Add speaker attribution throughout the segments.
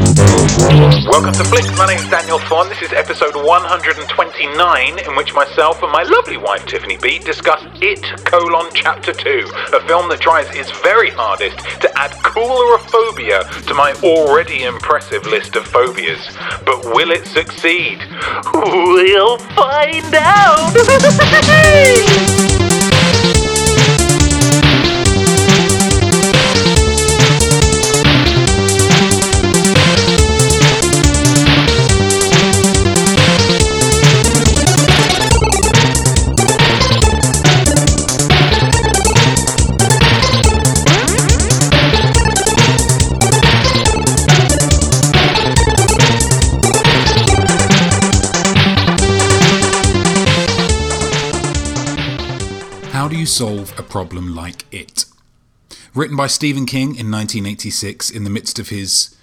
Speaker 1: Welcome to Flicks. My name's Daniel Thorne. This is episode 129, in which myself and my lovely wife Tiffany B discuss It: colon Chapter Two, a film that tries its very hardest to add coulrophobia to my already impressive list of phobias. But will it succeed? We'll find out.
Speaker 2: How do you solve a problem like it? Written by Stephen King in 1986 in the midst of his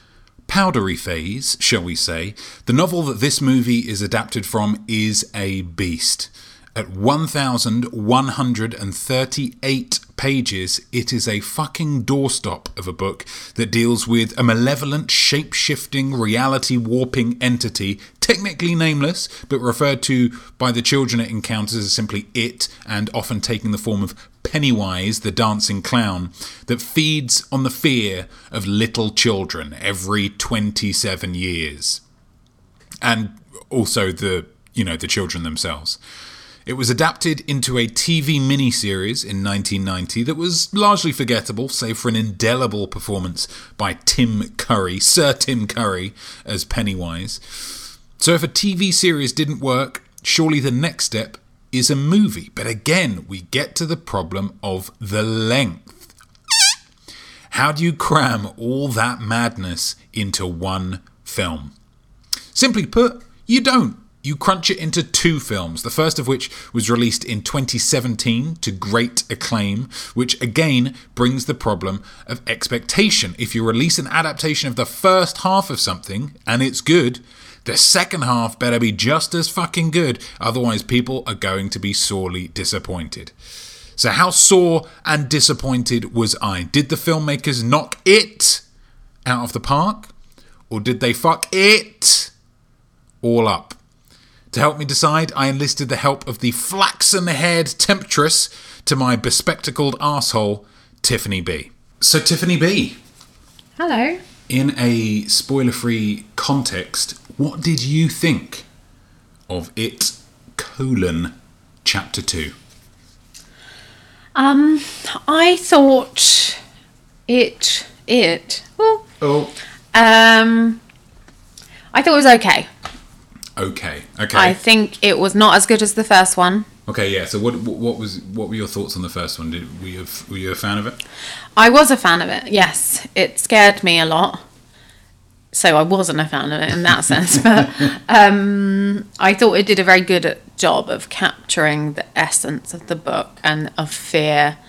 Speaker 2: powdery phase, shall we say, the novel that this movie is adapted from is a beast. At 1,138 pages, it is a fucking doorstop of a book that deals with a malevolent, shape shifting, reality warping entity, technically nameless, but referred to by the children it encounters as simply it, and often taking the form of Pennywise, the dancing clown, that feeds on the fear of little children every 27 years and also the you know the children themselves. It was adapted into a TV miniseries in 1990 that was largely forgettable, save for an indelible performance by Tim Curry, Sir Tim Curry, as Pennywise. So if a TV series didn't work, surely the next step is a movie. But again, we get to the problem of the length. How do you cram all that madness into one film? Simply put, you don't. You crunch it into two films, the first of which was released in 2017 to great acclaim, which again brings the problem of expectation. If you release an adaptation of the first half of something and it's good, the second half better be just as fucking good, otherwise, people are going to be sorely disappointed. So, how sore and disappointed was I? Did the filmmakers knock it out of the park? Or did they fuck it all up? To help me decide, I enlisted the help of the flaxen haired temptress to my bespectacled asshole, Tiffany B. So, Tiffany B,
Speaker 3: Hello.
Speaker 2: in a spoiler free context, what did you think of it colon chapter 2?
Speaker 3: Um, I thought it it well,
Speaker 2: Oh.
Speaker 3: um, I thought it was okay.
Speaker 2: Okay. Okay.
Speaker 3: I think it was not as good as the first one.
Speaker 2: okay. Yeah. So, what, what was what were your thoughts on the first one? Did, were, you a, were you a fan of it?
Speaker 3: I was a fan of it. Yes, it scared me a lot. So I wasn't a fan of it in that sense, but um, I thought it did a very good job of capturing the essence of the book and of fear,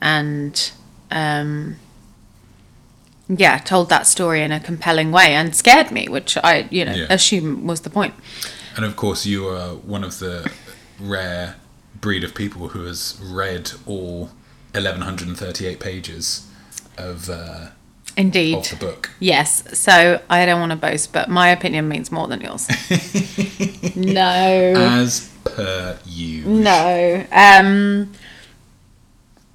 Speaker 3: and um, yeah, told that story in a compelling way and scared me, which I you know
Speaker 2: Yeah.
Speaker 3: assume was the point.
Speaker 2: And of course, you are one of the rare breed of people who has read all 1138 pages of uh,
Speaker 3: Indeed.
Speaker 2: of the book.
Speaker 3: Yes, so I don't want to boast, but my opinion means more than yours. no.
Speaker 2: As per you.
Speaker 3: Mm. No. Um,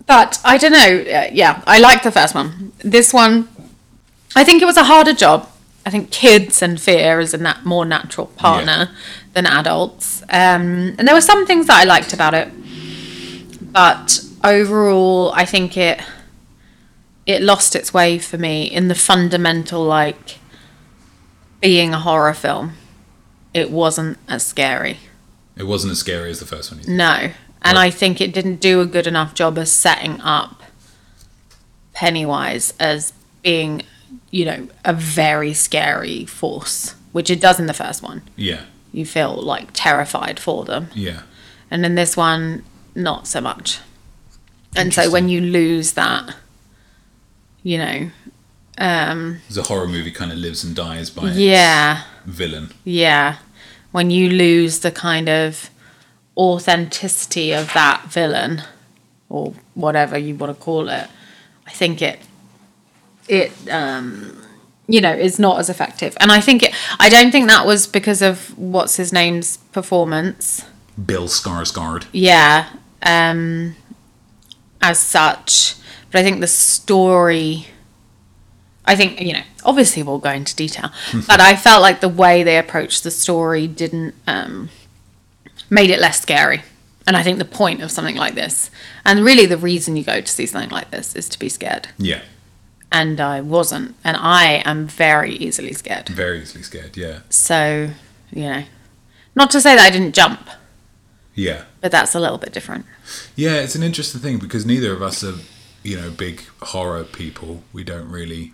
Speaker 3: but I don't know. Uh, yeah, I like the first one. This one, I think it was a harder job. I think kids and fear is a nat- more natural partner than adults. Um, and there were some things that I liked about it, but overall, I think it it lost its way for me in the fundamental like being a horror film. It wasn't as scary.
Speaker 2: It wasn't as scary as the first one. you think.
Speaker 3: No. And I think it didn't do a good enough job of setting up Pennywise as being, you know, a very scary force, which it does in the first one.
Speaker 2: Yeah.
Speaker 3: You feel like terrified for them.
Speaker 2: Yeah.
Speaker 3: And in this one, not so much. And so when you lose that, you know,
Speaker 2: The horror movie kind of lives and dies by
Speaker 3: yeah.
Speaker 2: its villain.
Speaker 3: Yeah. When you lose the kind of authenticity of that villain or whatever you want to call it, I think it it um you know is not as effective. And I think it, I don't think that was because of what's his name's performance.
Speaker 2: Bill Skarsgård.
Speaker 3: Yeah, um, as such. But I think the story. I think you know. Obviously, we'll go into detail, but I felt like the way they approached the story didn't um, made it less scary. And I think the point of something like this, and really the reason you go to see something like this, is to be scared.
Speaker 2: Yeah,
Speaker 3: And I wasn't, and I am very easily scared.
Speaker 2: very easily scared. Yeah,
Speaker 3: So you know, not to say that I didn't jump,
Speaker 2: yeah.
Speaker 3: but that's a little bit different.
Speaker 2: Yeah, it's an interesting thing because neither of us are, you know, big horror people. We don't really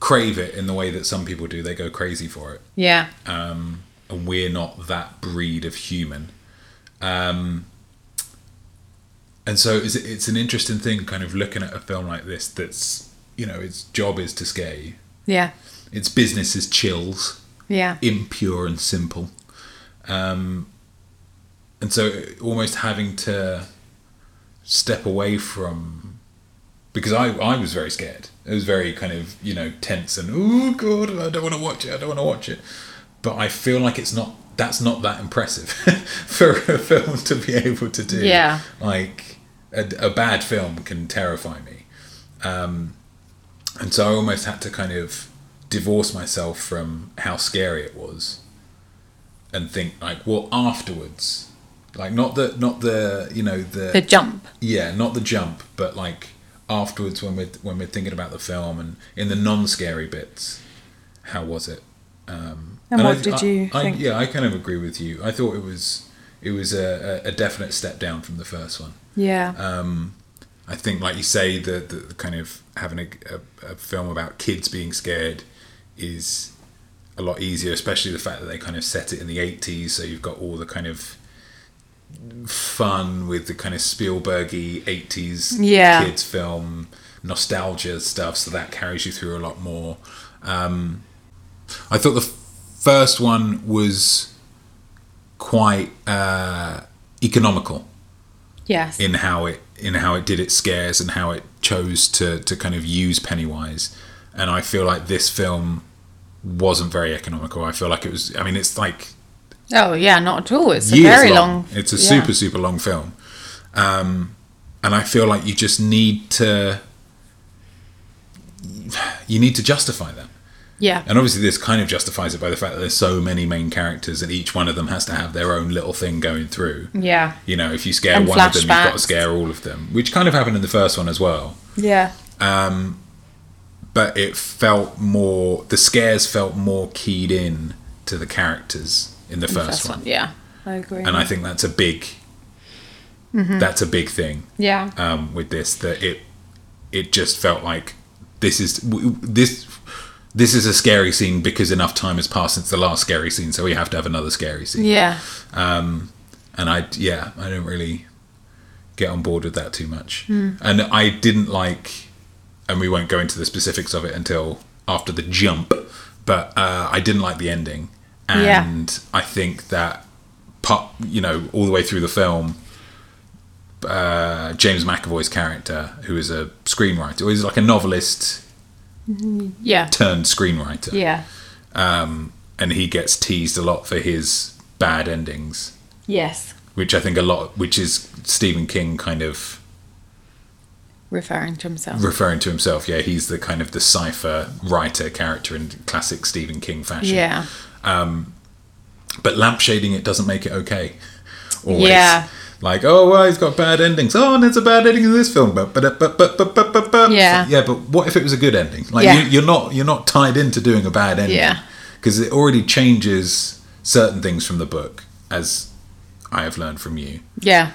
Speaker 2: crave it in the way that some people do. They go crazy for it.
Speaker 3: Yeah.
Speaker 2: Um, and we're not that breed of human. Um, and so it's, it's an interesting thing kind of looking at a film like this that's, you know, its job is to scare you.
Speaker 3: Yeah.
Speaker 2: Its business is chills
Speaker 3: Yeah.
Speaker 2: impure and simple. Um, and so almost having to step away from because I, I was very scared. It was very kind of, you know, tense and oh god, I don't want to watch it. I don't want to watch it. But I feel like it's not that's not that impressive for a film to be able to do.
Speaker 3: Yeah.
Speaker 2: Like a, a bad film can terrify me. Um, and so I almost had to kind of divorce myself from how scary it was and think like, well, afterwards, like not the not the, you know,
Speaker 3: The jump.
Speaker 2: yeah, not the jump, but like afterwards when we're when we're thinking about the film and in the non-scary bits, how was it? Um,
Speaker 3: And what
Speaker 2: I-
Speaker 3: did
Speaker 2: I-
Speaker 3: you
Speaker 2: I,
Speaker 3: think?
Speaker 2: Yeah, I kind of agree with you. I thought it was it was a, a a definite step down from the first one.
Speaker 3: Yeah.
Speaker 2: Uh, I think, like you say, the, the kind of having a, a, a film about kids being scared is a lot easier, especially the fact that they kind of set it in the 80s, so you've got all the kind of fun with the kind of Spielberg 80s
Speaker 3: Yeah.
Speaker 2: kids film nostalgia stuff, so that carries you through a lot more. Um, I thought the f- first one was quite uh, economical
Speaker 3: yes.
Speaker 2: in how it in how it did its scares and how it chose to to kind of use Pennywise. And I feel like this film wasn't very economical. I feel like it was. I mean, it's like
Speaker 3: oh yeah, not at all. It's a
Speaker 2: years
Speaker 3: very long.
Speaker 2: long. It's a
Speaker 3: yeah.
Speaker 2: super super long film, um, and I feel like you just need to you need to justify that.
Speaker 3: Yeah.
Speaker 2: And obviously, this kind of justifies it by the fact that there's so many main characters, and each one of them has to have their own little thing going through.
Speaker 3: Yeah.
Speaker 2: You know, if you scare
Speaker 3: And
Speaker 2: one of them, you've got to
Speaker 3: flashbacks.
Speaker 2: scare all of them, which kind of happened in the first one as well.
Speaker 3: Yeah.
Speaker 2: But it felt more, the scares felt more keyed in to the characters in the first,
Speaker 3: First
Speaker 2: one.
Speaker 3: one. Yeah. I agree.
Speaker 2: And I think that's a big,
Speaker 3: Mm-hmm.
Speaker 2: that's a big thing
Speaker 3: yeah.
Speaker 2: um, with this that it, it just felt like this is w- w- this. This is a scary scene because enough time has passed since the last scary scene, so we have to have another scary scene.
Speaker 3: yeah.
Speaker 2: and I yeah I don't really get on board with that too much
Speaker 3: Hmm.
Speaker 2: and I didn't like and we won't go into the specifics of it until after the jump but uh, I didn't like the ending
Speaker 3: Yeah.
Speaker 2: and I think that pop you know all the way through the film uh, James McAvoy's character who is a screenwriter or is like a novelist
Speaker 3: Yeah.
Speaker 2: turned screenwriter
Speaker 3: Yeah.
Speaker 2: and he gets teased a lot for his bad endings
Speaker 3: Yes.
Speaker 2: which I think a lot, which is Stephen King kind of
Speaker 3: Referring to himself.
Speaker 2: referring to himself. Yeah, he's the kind of the cipher writer character in classic Stephen King fashion.
Speaker 3: Yeah.
Speaker 2: But lampshading it doesn't make it okay. Always.
Speaker 3: Yeah.
Speaker 2: Like, oh, well, he's got bad endings. Oh, and it's a bad ending in this film. But, but, but, but, but, but, but, but.
Speaker 3: Yeah.
Speaker 2: Yeah, but what if it was a good ending? Like,
Speaker 3: Yeah.
Speaker 2: you, you're not you're not tied into doing a bad ending.
Speaker 3: Yeah.
Speaker 2: Because it already changes certain things from the book, as I have learned from you.
Speaker 3: Yeah.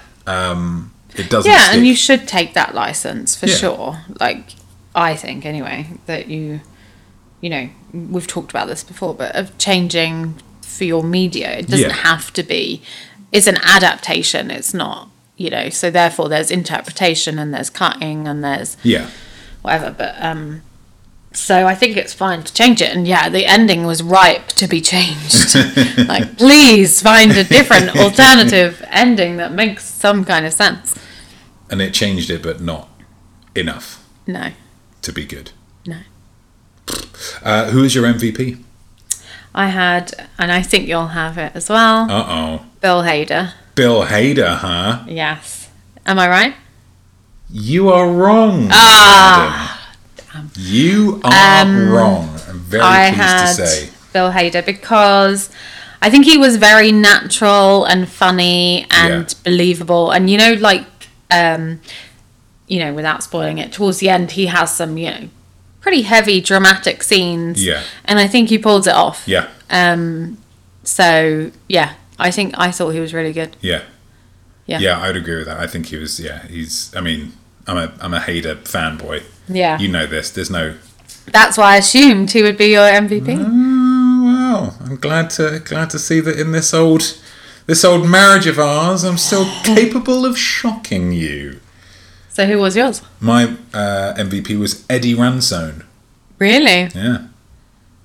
Speaker 2: It doesn't.
Speaker 3: Yeah,
Speaker 2: stick.
Speaker 3: and you should take that license for
Speaker 2: Yeah.
Speaker 3: sure. Like I think anyway that you you know, we've talked about this before, but of changing for your media, it doesn't
Speaker 2: Yeah.
Speaker 3: have to be it's an adaptation, it's not, you know, so therefore there's interpretation and there's cutting and there's
Speaker 2: Yeah.
Speaker 3: whatever, but um so I think it's fine to change it and yeah, the ending was ripe to be changed. like please find a different alternative ending that makes some kind of sense.
Speaker 2: and it changed it, but not enough
Speaker 3: No.
Speaker 2: to be good.
Speaker 3: No.
Speaker 2: Uh, who is your MVP?
Speaker 3: I had, and I think you'll have it as well.
Speaker 2: Uh oh.
Speaker 3: Bill Hader.
Speaker 2: Bill Hader, huh?
Speaker 3: Yes. Am I right?
Speaker 2: You are wrong. Ah. You are wrong. I'm very
Speaker 3: Um, I
Speaker 2: pleased
Speaker 3: had
Speaker 2: to say.
Speaker 3: Bill Hader because I think he was very natural and funny and
Speaker 2: Yeah.
Speaker 3: believable. And you know, like, um, you know, without spoiling it, towards the end he has some, you know, pretty heavy dramatic scenes.
Speaker 2: Yeah.
Speaker 3: And I think he pulls it off.
Speaker 2: Yeah.
Speaker 3: Um. So yeah, I think I thought he was really good.
Speaker 2: Yeah.
Speaker 3: Yeah.
Speaker 2: Yeah, I'd agree with that. I think he was. Yeah, he's. I mean, I'm a I'm a Hader fanboy.
Speaker 3: Yeah.
Speaker 2: You know this. There's no.
Speaker 3: That's why I assumed he would be your MVP.
Speaker 2: Oh wow! I'm glad to glad to see that in this old this old marriage of ours, I'm still capable of shocking you.
Speaker 3: So who was yours?
Speaker 2: My uh, MVP was Eddie Ransone.
Speaker 3: Really?
Speaker 2: Yeah.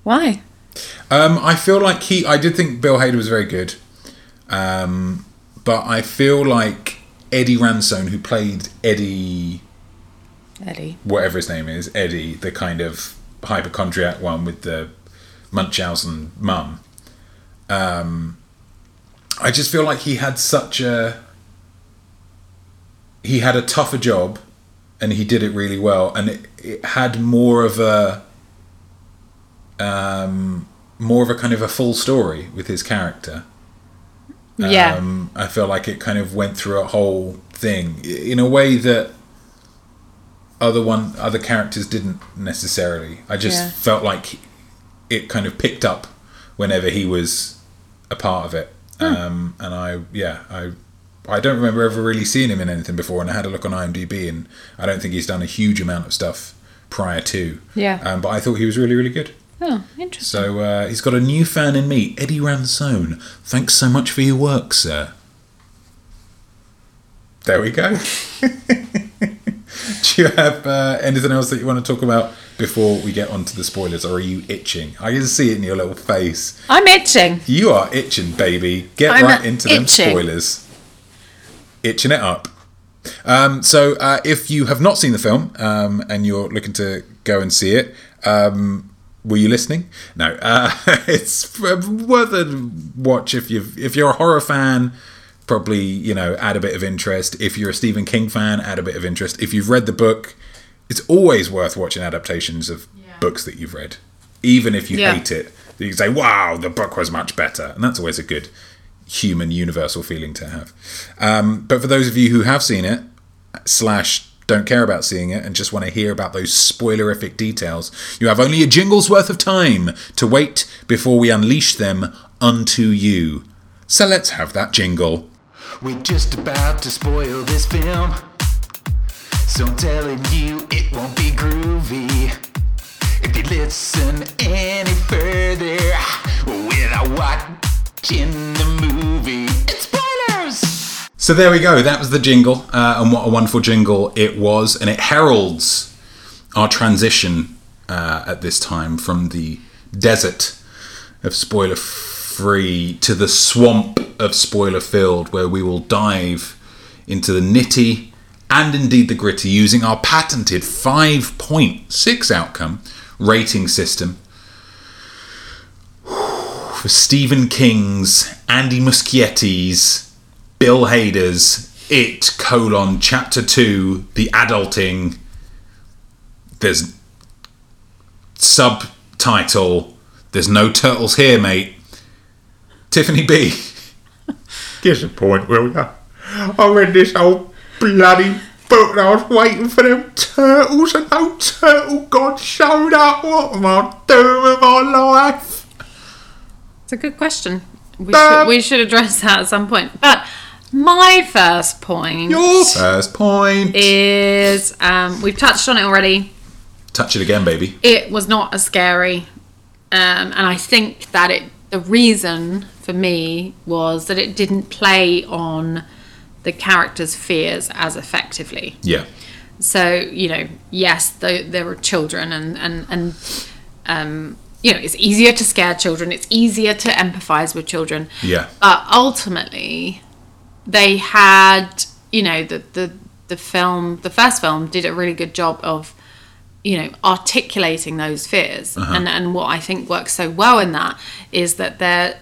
Speaker 3: Why?
Speaker 2: Um, I feel like he. I did think Bill Hader was very good, um, but I feel like Eddie Ransone, who played Eddie,
Speaker 3: Eddie.
Speaker 2: whatever his name is, Eddie, the kind of hypochondriac one with the Munchausen mum. Um, I just feel like he had such a. He had a tougher job, and he did it really well, and it, it had more of a. um, more of a kind of a full story with his character.
Speaker 3: yeah.
Speaker 2: Um, I feel like it kind of went through a whole thing i- in a way that other one other characters didn't necessarily. I just
Speaker 3: Yeah.
Speaker 2: felt like he- it kind of picked up whenever he was a part of it.
Speaker 3: Hmm.
Speaker 2: Um, and I yeah I I don't remember ever really seeing him in anything before. And I had a look on IMDb, and I don't think he's done a huge amount of stuff prior to.
Speaker 3: Yeah.
Speaker 2: Um, but I thought he was really really good.
Speaker 3: Oh, interesting.
Speaker 2: So uh, he's got a new fan in me, Eddie Ransone. Thanks so much for your work, sir. There we go. Do you have uh, anything else that you want to talk about before we get onto the spoilers, or are you itching? I can see it in your little face.
Speaker 3: I'm itching.
Speaker 2: You are itching, baby. Get
Speaker 3: I'm
Speaker 2: right into them
Speaker 3: itching.
Speaker 2: spoilers. Itching it up. Um, so, uh, if you have not seen the film um, and you're looking to go and see it, um, were you listening? No, uh, it's worth a watch if you have if you're a horror fan. Probably you know add a bit of interest. If you're a Stephen King fan, add a bit of interest. If you've read the book, it's always worth watching adaptations of books that you've read, even if you
Speaker 3: Yeah.
Speaker 2: hate it. You can say, "Wow, the book was much better," and that's always a good human universal feeling to have. Um, but for those of you who have seen it, slash don't care about seeing it and just want to hear about those spoilerific details, you have only a jingle's worth of time to wait before we unleash them unto you. So let's have that jingle.
Speaker 4: We're just about to spoil this film. So I'm telling you, it won't be groovy. If you listen any further without watching the movie, it's spoilers!
Speaker 2: So there we go. That was the jingle, uh, and what a wonderful jingle it was, and it heralds our transition uh, at this time from the desert of spoiler free to the swamp of spoiler filled, where we will dive into the nitty and indeed the gritty using our patented five point six outcome rating system for Stephen King's, Andy Muschietti's, Bill Hader's, It colon chapter two, the adulting. There's subtitle. There's no turtles here, mate. Tiffany B.
Speaker 5: Here's a point, will ya? I read this whole bloody book and I was waiting for them turtles and no turtle god showed up. What am I doing with my life?
Speaker 3: It's a good question. We, should, we should address that at some point. But my first point
Speaker 2: First point.
Speaker 3: is um, we've touched on it already.
Speaker 2: Touch it again, baby.
Speaker 3: It was not as scary, um, and I think that it. The reason for me was that it didn't play on the characters' fears as effectively.
Speaker 2: Yeah.
Speaker 3: so you know yes th there are children and and and um you know it's easier to scare children it's easier to empathize with children
Speaker 2: Yeah.
Speaker 3: but ultimately they had you know the the the film the first film did a really good job of you know articulating those fears
Speaker 2: Uh-huh.
Speaker 3: and and what I think works so well in that is that they're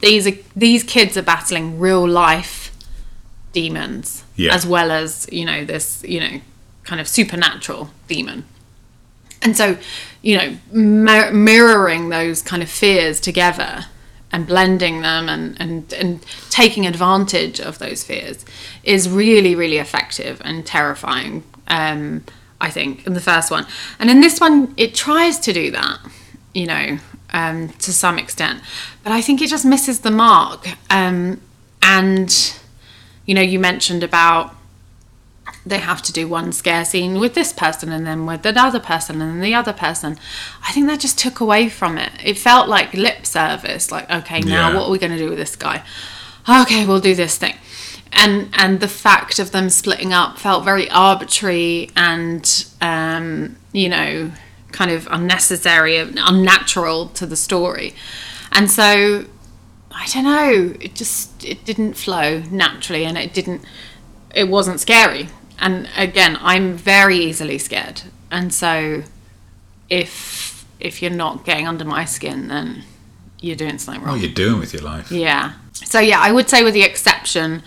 Speaker 3: these are these kids are battling real life demons
Speaker 2: Yeah.
Speaker 3: as well as you know this you know kind of supernatural demon and so you know mir- mirroring those kind of fears together and blending them and, and and taking advantage of those fears is really really effective and terrifying um i think in the first one and in this one it tries to do that you know um to some extent but i think it just misses the mark um and you know you mentioned about they have to do one scare scene with this person and then with another person and then the other person. I think that just took away from it. It felt like lip service, like, okay, now
Speaker 2: Yeah.
Speaker 3: what are we going to do with this guy? Okay, we'll do this thing. And, and the fact of them splitting up felt very arbitrary and, um, you know, kind of unnecessary, and unnatural to the story. And so I don't know. It just it didn't flow naturally, and it didn't. It wasn't scary. And again, I'm very easily scared, and so if if you're not getting under my skin, then you're doing something wrong.
Speaker 2: What are you doing with your life?
Speaker 3: Yeah. So yeah, I would say with the exception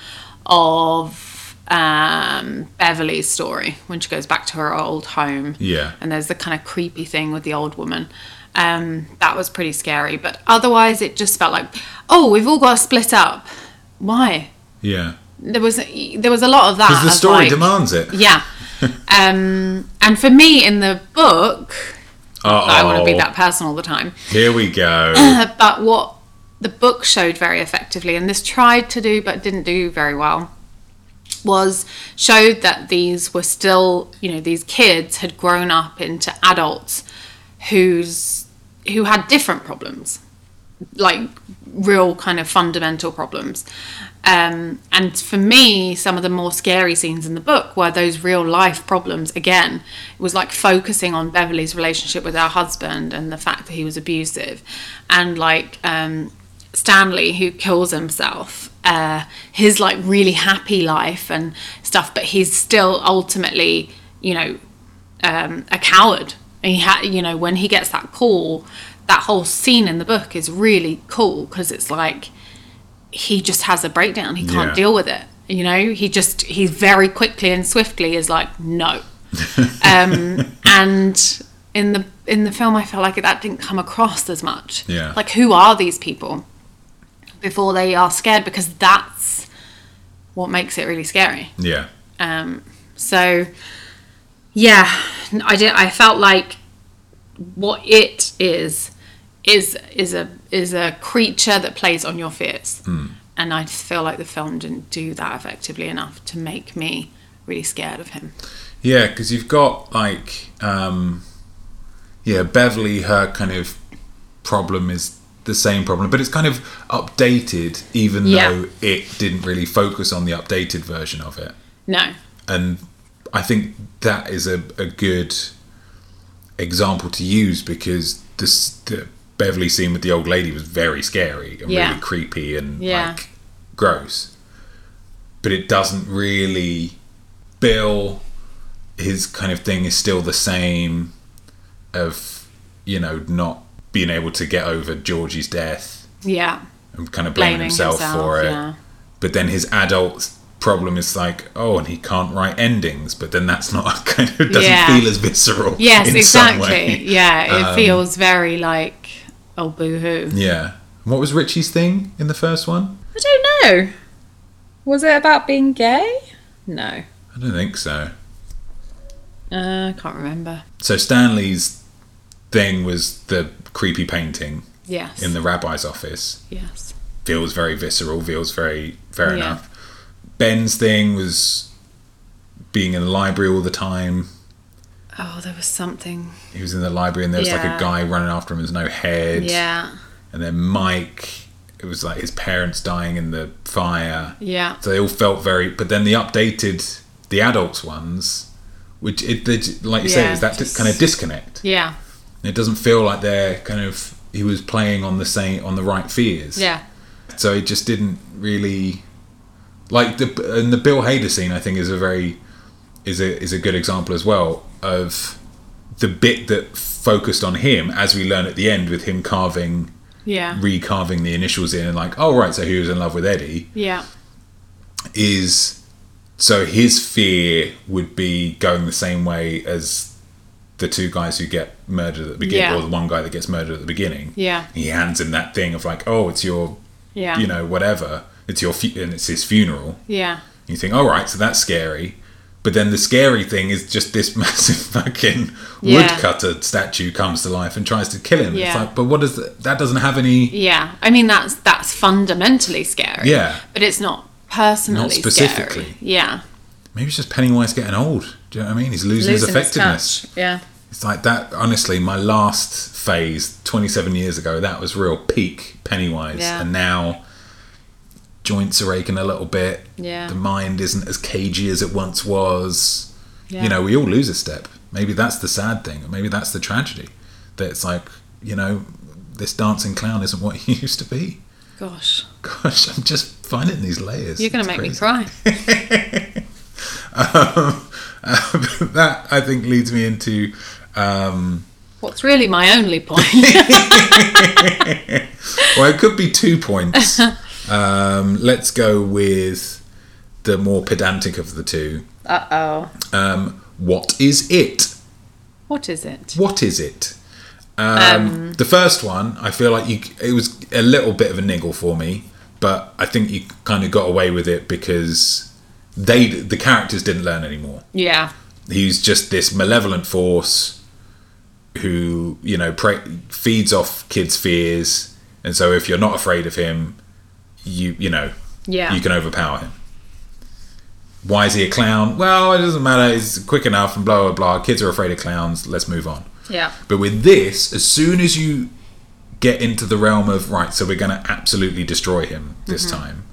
Speaker 3: of um, Beverly's story when she goes back to her old home.
Speaker 2: Yeah.
Speaker 3: And there's the kind of creepy thing with the old woman. Um, that was pretty scary. But otherwise, it just felt like, oh, we've all got to split up. Why?
Speaker 2: Yeah.
Speaker 3: There was there was a lot of that.
Speaker 2: Because the
Speaker 3: of
Speaker 2: story
Speaker 3: Uh, like-
Speaker 2: demands it.
Speaker 3: Yeah. um, and for me in the book,
Speaker 2: Uh-oh.
Speaker 3: I want to be that person all the time.
Speaker 2: Here we go.
Speaker 3: But what the book showed very effectively, and this tried to do but didn't do very well, was showed that these were still, you know, these kids had grown up into adults who's who had different problems, like real kind of fundamental problems. Um, and for me, some of the more scary scenes in the book were those real life problems. Again, it was like focusing on Beverly's relationship with her husband and the fact that he was abusive, and like um, Stanley who kills himself. Uh, his like really happy life and stuff, but he's still ultimately, you know, um, a coward. And he ha- you know, when he gets that call, that whole scene in the book is really cool because it's like he just has a breakdown. He can't
Speaker 2: Yeah.
Speaker 3: deal with it. You know, he just he very quickly and swiftly is like no. um, and in the in the film, I felt like that didn't come across as much.
Speaker 2: Yeah.
Speaker 3: Like who are these people before they are scared? Because that's what makes it really scary.
Speaker 2: yeah.
Speaker 3: Um, so yeah, I did. I felt like what it is is is a is a creature that plays on your fears,
Speaker 2: Hmm.
Speaker 3: and I just feel like the film didn't do that effectively enough to make me really scared of him.
Speaker 2: Yeah, because you've got like, um, yeah, Beverly. Her kind of problem is the same problem, but it's kind of updated, even
Speaker 3: Yeah.
Speaker 2: though it didn't really focus on the updated version of it.
Speaker 3: No,
Speaker 2: And I think that is a, a good example to use because this the Beverly scene with the old lady was very scary and
Speaker 3: Yeah.
Speaker 2: really creepy and
Speaker 3: Yeah.
Speaker 2: like gross. But it doesn't really Bill his kind of thing is still the same of you know not being able to get over Georgie's death
Speaker 3: yeah,
Speaker 2: and kind of blaming,
Speaker 3: Blaming
Speaker 2: himself,
Speaker 3: himself,
Speaker 2: for it.
Speaker 3: yeah.
Speaker 2: But then his adult problem is like, oh, and he can't write endings. But then that's not kind of doesn't
Speaker 3: Yeah.
Speaker 2: feel as visceral.
Speaker 3: yes,
Speaker 2: in some
Speaker 3: exactly.
Speaker 2: way. Um,
Speaker 3: Yeah, it feels very like oh boo hoo.
Speaker 2: Yeah. What was Richie's thing in the first one?
Speaker 3: I don't know. Was it about being gay? No,
Speaker 2: I don't think so.
Speaker 3: uh, I can't remember.
Speaker 2: So Stanley's thing was the creepy painting
Speaker 3: Yes.
Speaker 2: in the rabbi's office.
Speaker 3: yes.
Speaker 2: Feels very visceral. Feels very fair
Speaker 3: Yeah.
Speaker 2: enough. Ben's thing was being in the library all the time.
Speaker 3: Oh, there was something.
Speaker 2: He was in the library and there was like
Speaker 3: Yeah.
Speaker 2: a guy running after him. There's no head.
Speaker 3: Yeah,
Speaker 2: and then Mike. It was like his parents dying in the fire.
Speaker 3: yeah,
Speaker 2: So they all felt very. But then the updated, the adults ones, which it, they, like you say,
Speaker 3: Yeah,
Speaker 2: is that
Speaker 3: just-
Speaker 2: kind of disconnect.
Speaker 3: yeah,
Speaker 2: It doesn't feel like they're kind of he was playing on the same on the right fears.
Speaker 3: yeah,
Speaker 2: So it just didn't really like the and the Bill Hader scene. I think is a very is a is a good example as well of the bit that focused on him, as we learn at the end with him carving,
Speaker 3: Yeah.
Speaker 2: recarving the initials in, and like, oh right, so he was in love with Eddie,
Speaker 3: yeah.
Speaker 2: is so his fear would be going the same way as the two guys who get murdered at the beginning,
Speaker 3: Yeah.
Speaker 2: or the one guy that gets murdered at the beginning.
Speaker 3: Yeah.
Speaker 2: He hands him that thing of like, oh, it's your,
Speaker 3: Yeah.
Speaker 2: you know, whatever. It's your, fu- and it's his funeral.
Speaker 3: Yeah.
Speaker 2: You think, all right, so that's scary. But then the scary thing is just this massive fucking
Speaker 3: Yeah.
Speaker 2: woodcutter statue comes to life and tries to kill him. It's
Speaker 3: Yeah.
Speaker 2: like, but what does that? That doesn't have any.
Speaker 3: Yeah. I mean that's that's fundamentally scary.
Speaker 2: Yeah.
Speaker 3: But it's not personally
Speaker 2: Not specifically.
Speaker 3: scary. Yeah.
Speaker 2: Maybe it's just Pennywise getting old. Do you know what I mean? He's losing, his effectiveness.
Speaker 3: Yeah.
Speaker 2: it's like that. Honestly, my last phase, 27 years ago, that was real peak Pennywise,
Speaker 3: Yeah.
Speaker 2: and now joints are aching a little bit.
Speaker 3: Yeah.
Speaker 2: the mind isn't as cagey as it once was.
Speaker 3: yeah.
Speaker 2: you know we all lose a step maybe that's the sad thing maybe that's the tragedy that it's like you know this dancing clown isn't what he used to be
Speaker 3: Gosh.
Speaker 2: gosh i'm just finding these layers
Speaker 3: You're gonna
Speaker 2: It's
Speaker 3: make me
Speaker 2: crazy.
Speaker 3: cry.
Speaker 2: um, that i think leads me into um
Speaker 3: What's really my only point.
Speaker 2: well it could be two points um let's go with the more pedantic of the two
Speaker 3: uh oh.
Speaker 2: um what is it
Speaker 3: What is it?
Speaker 2: what is it? Um, the first one, I feel like you, it was a little bit of a niggle for me, but I think you kind of got away with it because they, the characters, didn't learn anymore.
Speaker 3: Yeah.
Speaker 2: He's just this malevolent force who, you know, pre- feeds off kids' fears, and so if you're not afraid of him, you, you know,
Speaker 3: Yeah.
Speaker 2: you can overpower him. Why is he a clown? Well, it doesn't matter. He's quick enough, and blah blah blah. Kids are afraid of clowns. Let's move on.
Speaker 3: Yeah.
Speaker 2: But with this, as soon as you get into the realm of right, so we're going to absolutely destroy him this time,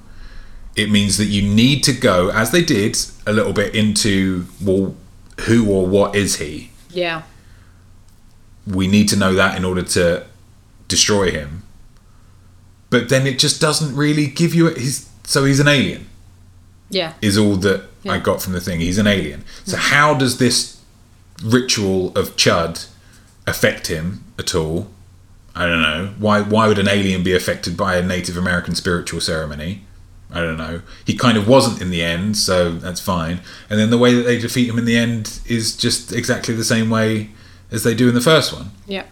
Speaker 2: it means that you need to go, as they did, a little bit into well, who or what is he?
Speaker 3: Yeah.
Speaker 2: We need to know that in order to destroy him. But then it just doesn't really give you. He's so he's an alien
Speaker 3: Yeah.
Speaker 2: is all that I
Speaker 3: Yeah.
Speaker 2: got from the thing. He's an alien. So how does this ritual of Chud affect him at all? I don't know. Why why would an alien be affected by a Native American spiritual ceremony? I don't know. He kind of wasn't in the end, so that's fine. And then the way that they defeat him in the end is just exactly the same way as they do in the first one.
Speaker 3: Yeah.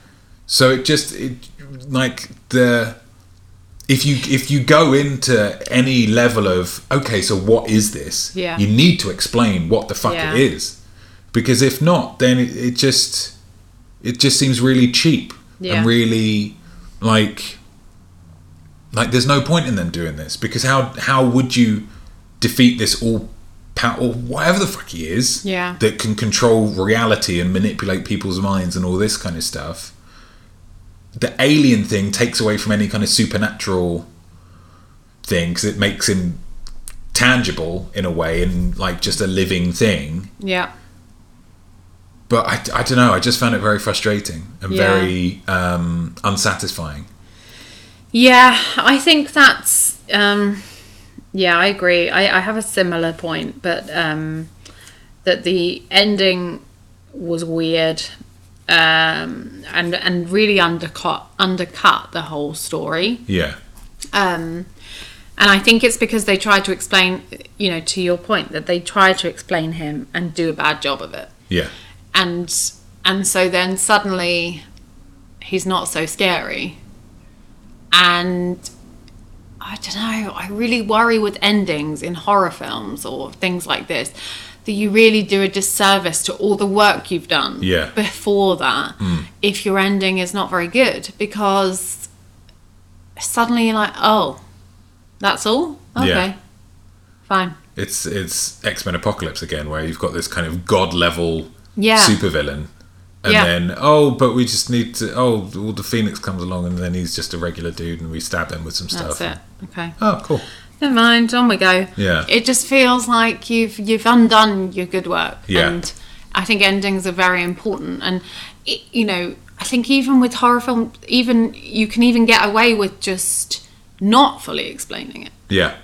Speaker 2: So it just it like the if you if you go into any level of okay, so what is this?
Speaker 3: Yeah.
Speaker 2: You need to explain what the fuck
Speaker 3: Yeah.
Speaker 2: it is, because if not, then it, it just it just seems really cheap
Speaker 3: Yeah.
Speaker 2: and really like like there's no point in them doing this because how how would you defeat this all power or whatever the fuck he is
Speaker 3: Yeah.
Speaker 2: that can control reality and manipulate people's minds and all this kind of stuff the alien thing takes away from any kind of supernatural thing because it makes him tangible in a way and like just a living thing
Speaker 3: Yeah.
Speaker 2: but I, I don't know i just found it very frustrating and
Speaker 3: Yeah.
Speaker 2: very um, unsatisfying
Speaker 3: Yeah, I think that's. Um, yeah, I agree. I, I have a similar point, but um, that the ending was weird um, and and really undercut undercut the whole story.
Speaker 2: yeah
Speaker 3: Um, and I think it's because they tried to explain, you know, to your point that they tried to explain him and do a bad job of it
Speaker 2: yeah
Speaker 3: and and so then suddenly he's not so scary and i don't know i really worry with endings in horror films or things like this that you really do a disservice to all the work you've done
Speaker 2: Yeah. Hmm.
Speaker 3: before that if your ending is not very good because suddenly you're like oh that's all
Speaker 2: Yeah.
Speaker 3: okay fine
Speaker 2: it's it's x-men apocalypse again where you've got this kind of god level
Speaker 3: yeah
Speaker 2: supervillain. And
Speaker 3: Yeah.
Speaker 2: then, oh, but we just need to. Oh, well, the Phoenix comes along, and then he's just a regular dude, and we stab him with some
Speaker 3: that's
Speaker 2: stuff.
Speaker 3: it okay
Speaker 2: Oh, cool.
Speaker 3: Never mind. On we go.
Speaker 2: Yeah.
Speaker 3: It just feels like you've you've undone your good work.
Speaker 2: Yeah.
Speaker 3: And I think endings are very important. And it, you know, I think even with horror film, even you can even get away with just not fully explaining it.
Speaker 2: Yeah,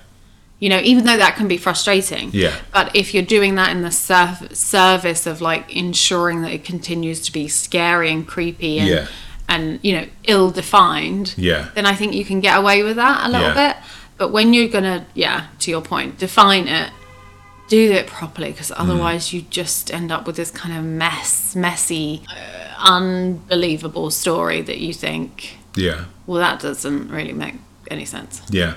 Speaker 3: You know, even though that can be frustrating.
Speaker 2: Yeah.
Speaker 3: But if you're doing that in the serv- service of like ensuring that it continues to be scary and creepy and
Speaker 2: Yeah.
Speaker 3: and you know ill defined,
Speaker 2: Yeah.
Speaker 3: then I think you can get away with that a little
Speaker 2: Yeah.
Speaker 3: bit. But when you're gonna, yeah, to your point, define it, do it properly because
Speaker 2: Mm.
Speaker 3: otherwise you just end up with this kind of mess, messy, uh, unbelievable story that you think,
Speaker 2: Yeah.
Speaker 3: well, that doesn't really make any sense.
Speaker 2: Yeah,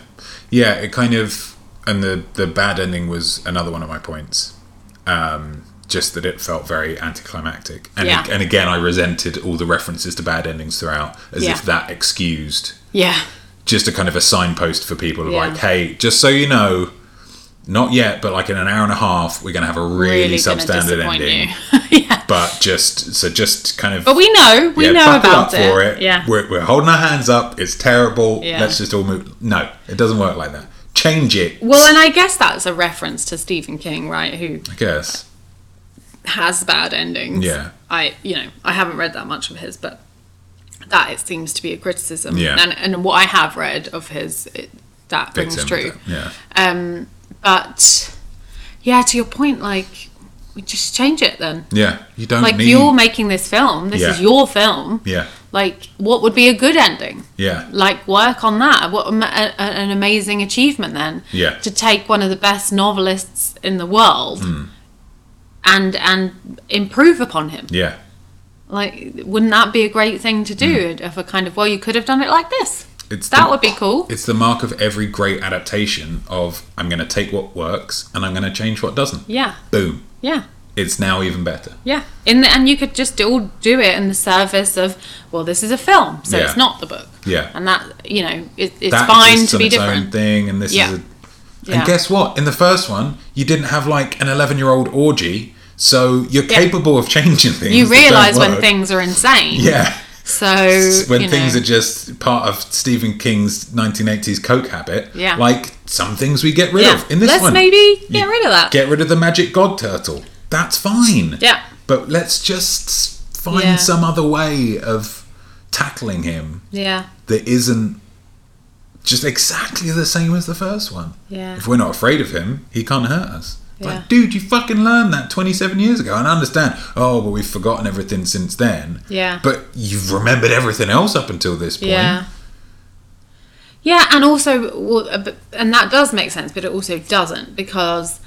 Speaker 2: yeah. It kind of and the the bad ending was another one of my points. Um, just that it felt very anticlimactic, and
Speaker 3: Yeah.
Speaker 2: and again, I resented all the references to bad endings throughout, as
Speaker 3: Yeah.
Speaker 2: if that excused
Speaker 3: Yeah,
Speaker 2: just a kind of a signpost for people of
Speaker 3: Yeah.
Speaker 2: like, hey, just so you know, not yet, but like in an hour and a half, we're gonna have a really,
Speaker 3: really gonna
Speaker 2: substandard
Speaker 3: disappoint
Speaker 2: ending.
Speaker 3: you. yeah,
Speaker 2: But just so just kind of
Speaker 3: but we know, we
Speaker 2: yeah,
Speaker 3: know
Speaker 2: buckle
Speaker 3: about
Speaker 2: up for it.
Speaker 3: Yeah,
Speaker 2: We're, we're holding our hands up. It's terrible.
Speaker 3: Yeah.
Speaker 2: Let's just all move. No, it doesn't work like that. Change it.
Speaker 3: well, and I guess that's a reference to Stephen King, right? Who
Speaker 2: I guess.
Speaker 3: has bad endings.
Speaker 2: Yeah.
Speaker 3: I you know, I haven't read that much of his, but that it seems to be a criticism.
Speaker 2: Yeah.
Speaker 3: And and what I have read of his it, that rings
Speaker 2: Victim.
Speaker 3: true.
Speaker 2: Yeah.
Speaker 3: Um but yeah, to your point, like we just change it then.
Speaker 2: Yeah. You don't
Speaker 3: Like
Speaker 2: need.
Speaker 3: you're making this film. This is
Speaker 2: Yeah.
Speaker 3: your film.
Speaker 2: Yeah.
Speaker 3: Like what would be a good ending?
Speaker 2: Yeah.
Speaker 3: like work on that what am- a, a- an amazing achievement then
Speaker 2: Yeah.
Speaker 3: to take one of the best novelists in the world
Speaker 2: Hmm.
Speaker 3: and and improve upon him
Speaker 2: Yeah.
Speaker 3: like wouldn't that be a great thing to do
Speaker 2: Hmm.
Speaker 3: of a kind of well you could have done it like this
Speaker 2: It's
Speaker 3: that
Speaker 2: the-
Speaker 3: would be cool
Speaker 2: It's the mark of every great adaptation of I'm going to take what works and I'm going to change what doesn't.
Speaker 3: yeah
Speaker 2: Boom.
Speaker 3: yeah
Speaker 2: It's now even better.
Speaker 3: yeah in the, and you could just all do it in the service of well this is a film so
Speaker 2: Yeah.
Speaker 3: it's not the book
Speaker 2: Yeah.
Speaker 3: and that you know it, it's
Speaker 2: That
Speaker 3: fine
Speaker 2: exists
Speaker 3: to
Speaker 2: on
Speaker 3: be
Speaker 2: its
Speaker 3: different
Speaker 2: own thing, and this
Speaker 3: Yeah.
Speaker 2: is a
Speaker 3: yeah.
Speaker 2: And guess what? In the first one, you didn't have like an 11 year old orgy, so you're
Speaker 3: Yeah.
Speaker 2: capable of changing things.
Speaker 3: you
Speaker 2: that don't
Speaker 3: realize when
Speaker 2: work.
Speaker 3: things are insane
Speaker 2: Yeah.
Speaker 3: so
Speaker 2: when
Speaker 3: you
Speaker 2: things
Speaker 3: know.
Speaker 2: are just part of Stephen King's 1980s coke habit,
Speaker 3: Yeah.
Speaker 2: like some things we get rid
Speaker 3: Yeah.
Speaker 2: of. In this
Speaker 3: Let's
Speaker 2: one,
Speaker 3: maybe
Speaker 2: you
Speaker 3: get rid of that.
Speaker 2: Get rid of the magic god turtle. That's fine.
Speaker 3: Yeah.
Speaker 2: But let's just find
Speaker 3: Yeah.
Speaker 2: some other way of tackling him
Speaker 3: yeah.
Speaker 2: that isn't just exactly the same as the first one.
Speaker 3: Yeah.
Speaker 2: If we're not afraid of him, he can't hurt us. It's
Speaker 3: Yeah.
Speaker 2: Like, dude, you fucking learned that 27 years ago, and I understand. Oh, but we've forgotten everything since then.
Speaker 3: Yeah.
Speaker 2: But you've remembered everything else up until this point.
Speaker 3: Yeah. Yeah, and also, well, uh, but- and that does make sense, but it also doesn't because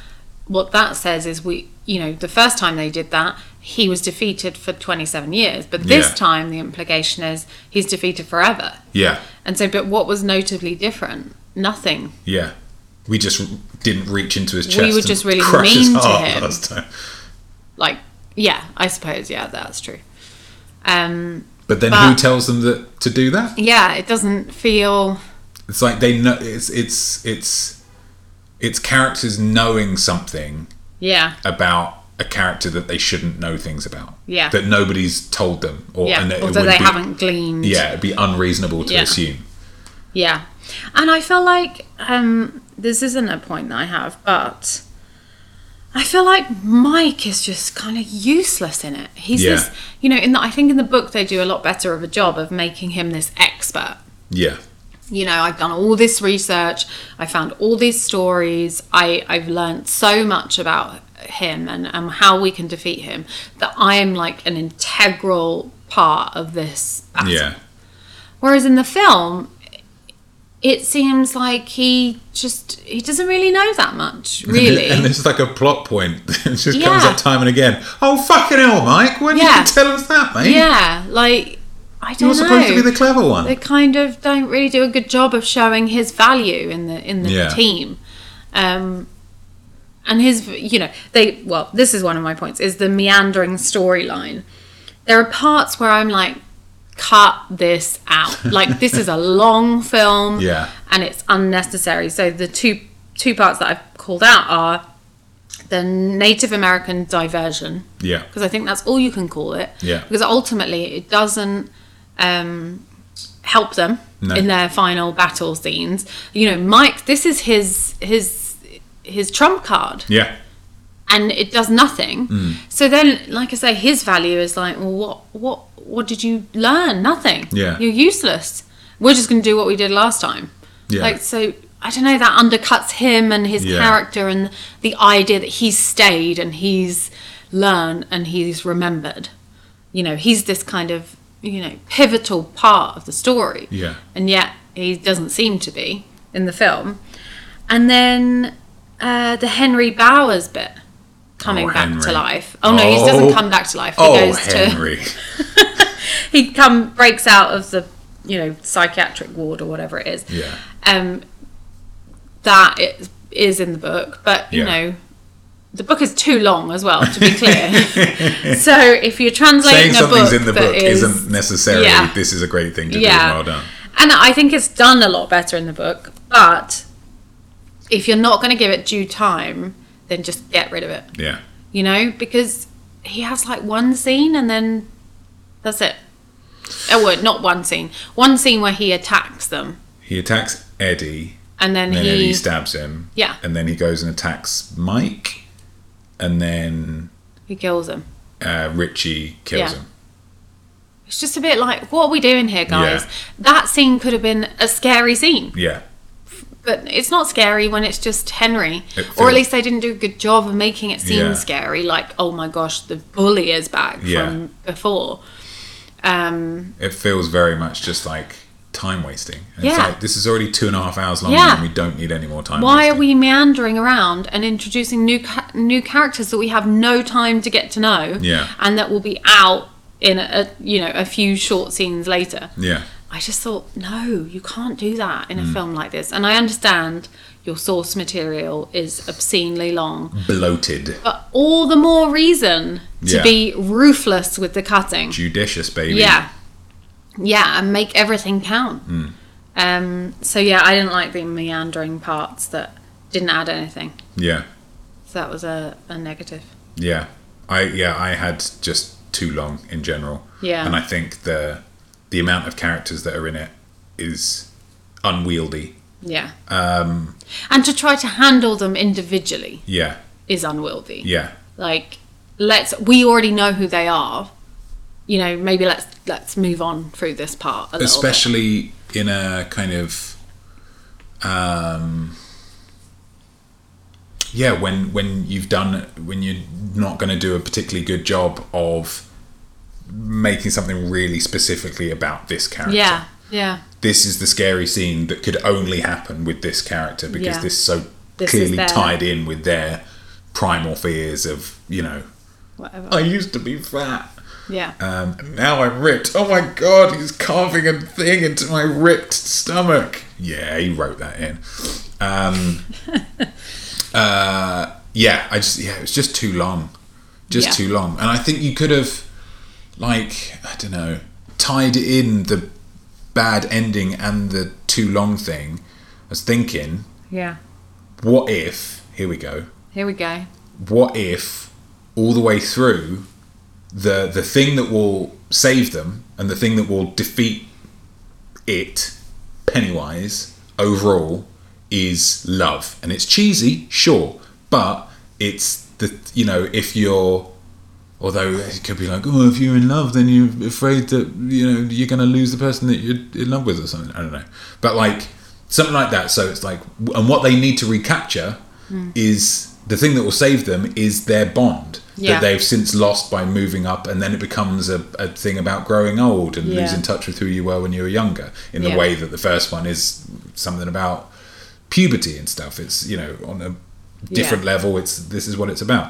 Speaker 3: what that says is we, you know, the first time they did that, he was defeated for 27 years, but this
Speaker 2: Yeah.
Speaker 3: time the implication is he's defeated forever.
Speaker 2: Yeah.
Speaker 3: And so, but what was notably different? Nothing.
Speaker 2: Yeah. We just didn't reach into his chest.
Speaker 3: were
Speaker 2: and
Speaker 3: just really
Speaker 2: crush his
Speaker 3: mean to
Speaker 2: heart
Speaker 3: him.
Speaker 2: Last time.
Speaker 3: Like, yeah, I suppose, yeah, that's true. Um,
Speaker 2: But then who
Speaker 3: But-
Speaker 2: tells them that to do that?
Speaker 3: yeah, it doesn't feel,
Speaker 2: It's like they know it's it's it's it's characters knowing something
Speaker 3: yeah,
Speaker 2: about a character that they shouldn't know things about.
Speaker 3: Yeah.
Speaker 2: That nobody's told them, or
Speaker 3: yeah,
Speaker 2: and that it
Speaker 3: although
Speaker 2: would
Speaker 3: they
Speaker 2: be-
Speaker 3: haven't gleaned.
Speaker 2: Yeah, it'd be unreasonable to
Speaker 3: Yeah.
Speaker 2: assume.
Speaker 3: Yeah. And I feel like um, this isn't a point that I have, but I feel like Mike is just kind of useless in it. He's
Speaker 2: Yeah.
Speaker 3: this, you know, in the, I think in the book they do a lot better of a job of making him this expert.
Speaker 2: Yeah,
Speaker 3: You know, I've done all this research, I found all these stories, I, I've learned so much about him and um, how we can defeat him that I am like an integral part of this battle.
Speaker 2: yeah,
Speaker 3: Whereas in the film, it seems like he just he doesn't really know that much, really.
Speaker 2: And it's like a plot point that just comes
Speaker 3: Yeah.
Speaker 2: up time and again. Oh fucking hell, Mike! When
Speaker 3: Yeah.
Speaker 2: did you tell us that, mate?
Speaker 3: yeah, like I don't
Speaker 2: You're
Speaker 3: know.
Speaker 2: supposed to be the clever one.
Speaker 3: they kind of don't really do a good job of showing his value in the in the
Speaker 2: Yeah.
Speaker 3: team. Um and his you know, they well, this is one of my points is the meandering storyline. There are parts where I'm like cut this out. Like this is a long film
Speaker 2: Yeah.
Speaker 3: and it's unnecessary. So the two two parts that I've called out are the Native American diversion
Speaker 2: yeah,
Speaker 3: because I think that's all you can call it.
Speaker 2: Yeah.
Speaker 3: Because ultimately, it doesn't um, help them
Speaker 2: No.
Speaker 3: in their final battle scenes. You know, Mike, this is his his his trump card,
Speaker 2: yeah,
Speaker 3: and it does nothing.
Speaker 2: Mm.
Speaker 3: So then, like I say, his value is like, well, what what what did you learn? Nothing.
Speaker 2: Yeah.
Speaker 3: You're useless. We're just going to do what we did last time.
Speaker 2: yeah.
Speaker 3: Like so, I don't know, that undercuts him and his
Speaker 2: Yeah.
Speaker 3: character and the idea that he's stayed and he's learned and he's remembered. You know, he's this kind of, you know, pivotal part of the story.
Speaker 2: Yeah.
Speaker 3: And yet he doesn't seem to be in the film. And then uh, the Henry Bowers bit coming
Speaker 2: Oh,
Speaker 3: back
Speaker 2: Henry.
Speaker 3: to life. Oh, no, he doesn't
Speaker 2: Oh.
Speaker 3: come back to life. He
Speaker 2: Oh,
Speaker 3: goes to
Speaker 2: Henry.
Speaker 3: he come breaks out of the you know psychiatric ward or whatever it is.
Speaker 2: Yeah.
Speaker 3: Um, that is, is in the book, but you
Speaker 2: Yeah.
Speaker 3: know, the book is too long as well. To be clear, so if you're translating
Speaker 2: Saying
Speaker 3: a
Speaker 2: something's
Speaker 3: book
Speaker 2: in the
Speaker 3: that
Speaker 2: book
Speaker 3: is-
Speaker 2: isn't necessarily
Speaker 3: Yeah.
Speaker 2: this is a great thing to do.
Speaker 3: Yeah.
Speaker 2: Well done.
Speaker 3: and I think it's done a lot better in the book, but if you're not going to give it due time, then just get rid of it.
Speaker 2: Yeah.
Speaker 3: You know, because he has like one scene and then that's it. Oh, well, not one scene. One scene where he attacks them,
Speaker 2: He attacks Eddie,
Speaker 3: and then,
Speaker 2: and then
Speaker 3: he.
Speaker 2: Eddie stabs him.
Speaker 3: Yeah.
Speaker 2: And then he goes and attacks Mike, and then
Speaker 3: He kills them.
Speaker 2: uh, Richie kills
Speaker 3: Yeah.
Speaker 2: him.
Speaker 3: It's just a bit like, what are we doing here, guys?
Speaker 2: Yeah.
Speaker 3: That scene could have been a scary scene,
Speaker 2: Yeah.
Speaker 3: but it's not scary when it's just Henry.
Speaker 2: It
Speaker 3: Or
Speaker 2: feels-
Speaker 3: at least they didn't do a good job of making it seem
Speaker 2: Yeah.
Speaker 3: scary. Like, oh my gosh, the bully is back
Speaker 2: Yeah.
Speaker 3: from before. Um,
Speaker 2: It feels very much just like time wasting. It's
Speaker 3: Yeah.
Speaker 2: like this is already two and a half hours long,
Speaker 3: Yeah.
Speaker 2: and we don't need any more time.
Speaker 3: why are
Speaker 2: wasting.
Speaker 3: we meandering around and introducing new ca- new characters that we have no time to get to know?
Speaker 2: Yeah.
Speaker 3: and that will be out in a, a you know a few short scenes later.
Speaker 2: Yeah.
Speaker 3: I just thought, no, you can't do that in
Speaker 2: Hmm.
Speaker 3: a film like this. And I understand your source material is obscenely long,
Speaker 2: Bloated,
Speaker 3: but all the more reason to
Speaker 2: Yeah.
Speaker 3: be ruthless with the cutting.
Speaker 2: judicious baby.
Speaker 3: Yeah. Yeah, and make everything count.
Speaker 2: Hmm.
Speaker 3: Um, so yeah, I didn't like the meandering parts that didn't add anything.
Speaker 2: Yeah.
Speaker 3: So that was a, a negative.
Speaker 2: Yeah. I yeah, I had just too long in general.
Speaker 3: Yeah.
Speaker 2: And I think the the amount of characters that are in it is unwieldy.
Speaker 3: Yeah. Um, and to try to handle them individually
Speaker 2: Yeah.
Speaker 3: is unwieldy.
Speaker 2: Yeah.
Speaker 3: Like let's we already know who they are. You know, maybe let's let's move on through this part a little
Speaker 2: Especially in a kind of um yeah, when when you've done when you're not going to do a particularly good job of making something really specifically about this character.
Speaker 3: bit. Yeah. Yeah.
Speaker 2: this is the scary scene that could only happen with this character because
Speaker 3: Yeah.
Speaker 2: this is so
Speaker 3: This is
Speaker 2: clearly
Speaker 3: their-
Speaker 2: tied in with their primal fears of you know
Speaker 3: Whatever.
Speaker 2: I used to be fat
Speaker 3: yeah.
Speaker 2: um, and now I'm ripped oh my god he's carving a thing into my ripped stomach yeah he wrote that in um, uh, yeah I just yeah it was just too long just
Speaker 3: Yeah.
Speaker 2: too long and I think you could have like I don't know, tied in the bad ending and the too long thing. I was thinking,
Speaker 3: yeah.
Speaker 2: what if? Here we go.
Speaker 3: Here we go.
Speaker 2: What if all the way through the the thing that will save them and the thing that will defeat it, Pennywise overall, is love, and it's cheesy, sure, but it's the you know if you're Although it could be like, oh, if you're in love, then you're afraid that you know you're going to lose the person that you're in love with, or something. I don't know, but like something like that. So it's like, and what they need to recapture
Speaker 3: Hmm.
Speaker 2: is the thing that will save them is their bond
Speaker 3: Yeah.
Speaker 2: that they've since lost by moving up, and then it becomes a, a thing about growing old and
Speaker 3: Yeah.
Speaker 2: losing touch with who you were when you were younger. In the
Speaker 3: Yeah.
Speaker 2: way that the first one is something about puberty and stuff. It's you know on a different level. It's this is what it's about.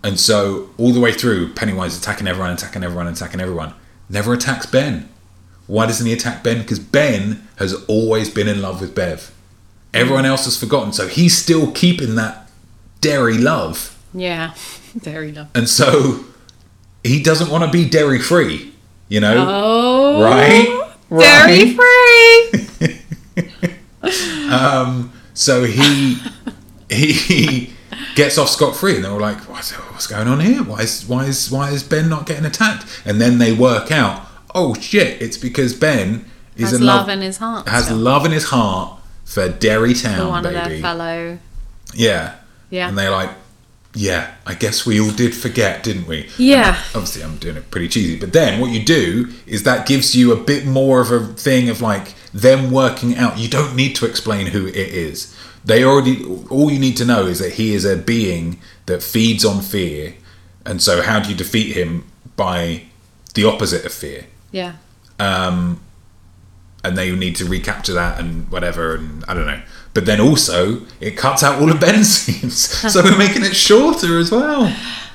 Speaker 2: And so all the way through, Pennywise attacking everyone, attacking everyone, attacking everyone. Never attacks Ben. Why doesn't he attack Ben? Because Ben has always been in love with Bev. Everyone else has forgotten, so he's still keeping that dairy love.
Speaker 3: Yeah. Very lovely.
Speaker 2: And so he doesn't want to be dairy free, you know?
Speaker 3: Oh.
Speaker 2: right?
Speaker 3: Dairy free.
Speaker 2: So he he gets off scot free, and they're all like, what's, "What's going on here? Why is why is why is Ben not getting attacked?" And then they work out, "Oh shit! It's because Ben is
Speaker 3: Has
Speaker 2: in
Speaker 3: love in his heart.
Speaker 2: has
Speaker 3: still.
Speaker 2: love in his heart for Derry Town,
Speaker 3: one of
Speaker 2: baby.
Speaker 3: their fellow.
Speaker 2: yeah,
Speaker 3: Yeah.
Speaker 2: and they're like, "Yeah, I guess we all did forget, didn't we?"
Speaker 3: yeah.
Speaker 2: obviously I'm doing it pretty cheesy, but then what you do is that gives you a bit more of a thing of like them working out. You don't need to explain who it is. They already. All you need to know is that he is a being that feeds on fear, and so how do you defeat him by the opposite of fear?
Speaker 3: Yeah.
Speaker 2: and they need to recapture that and whatever and I don't know. But then also it cuts out all of Ben's scenes, so we're making it shorter as well.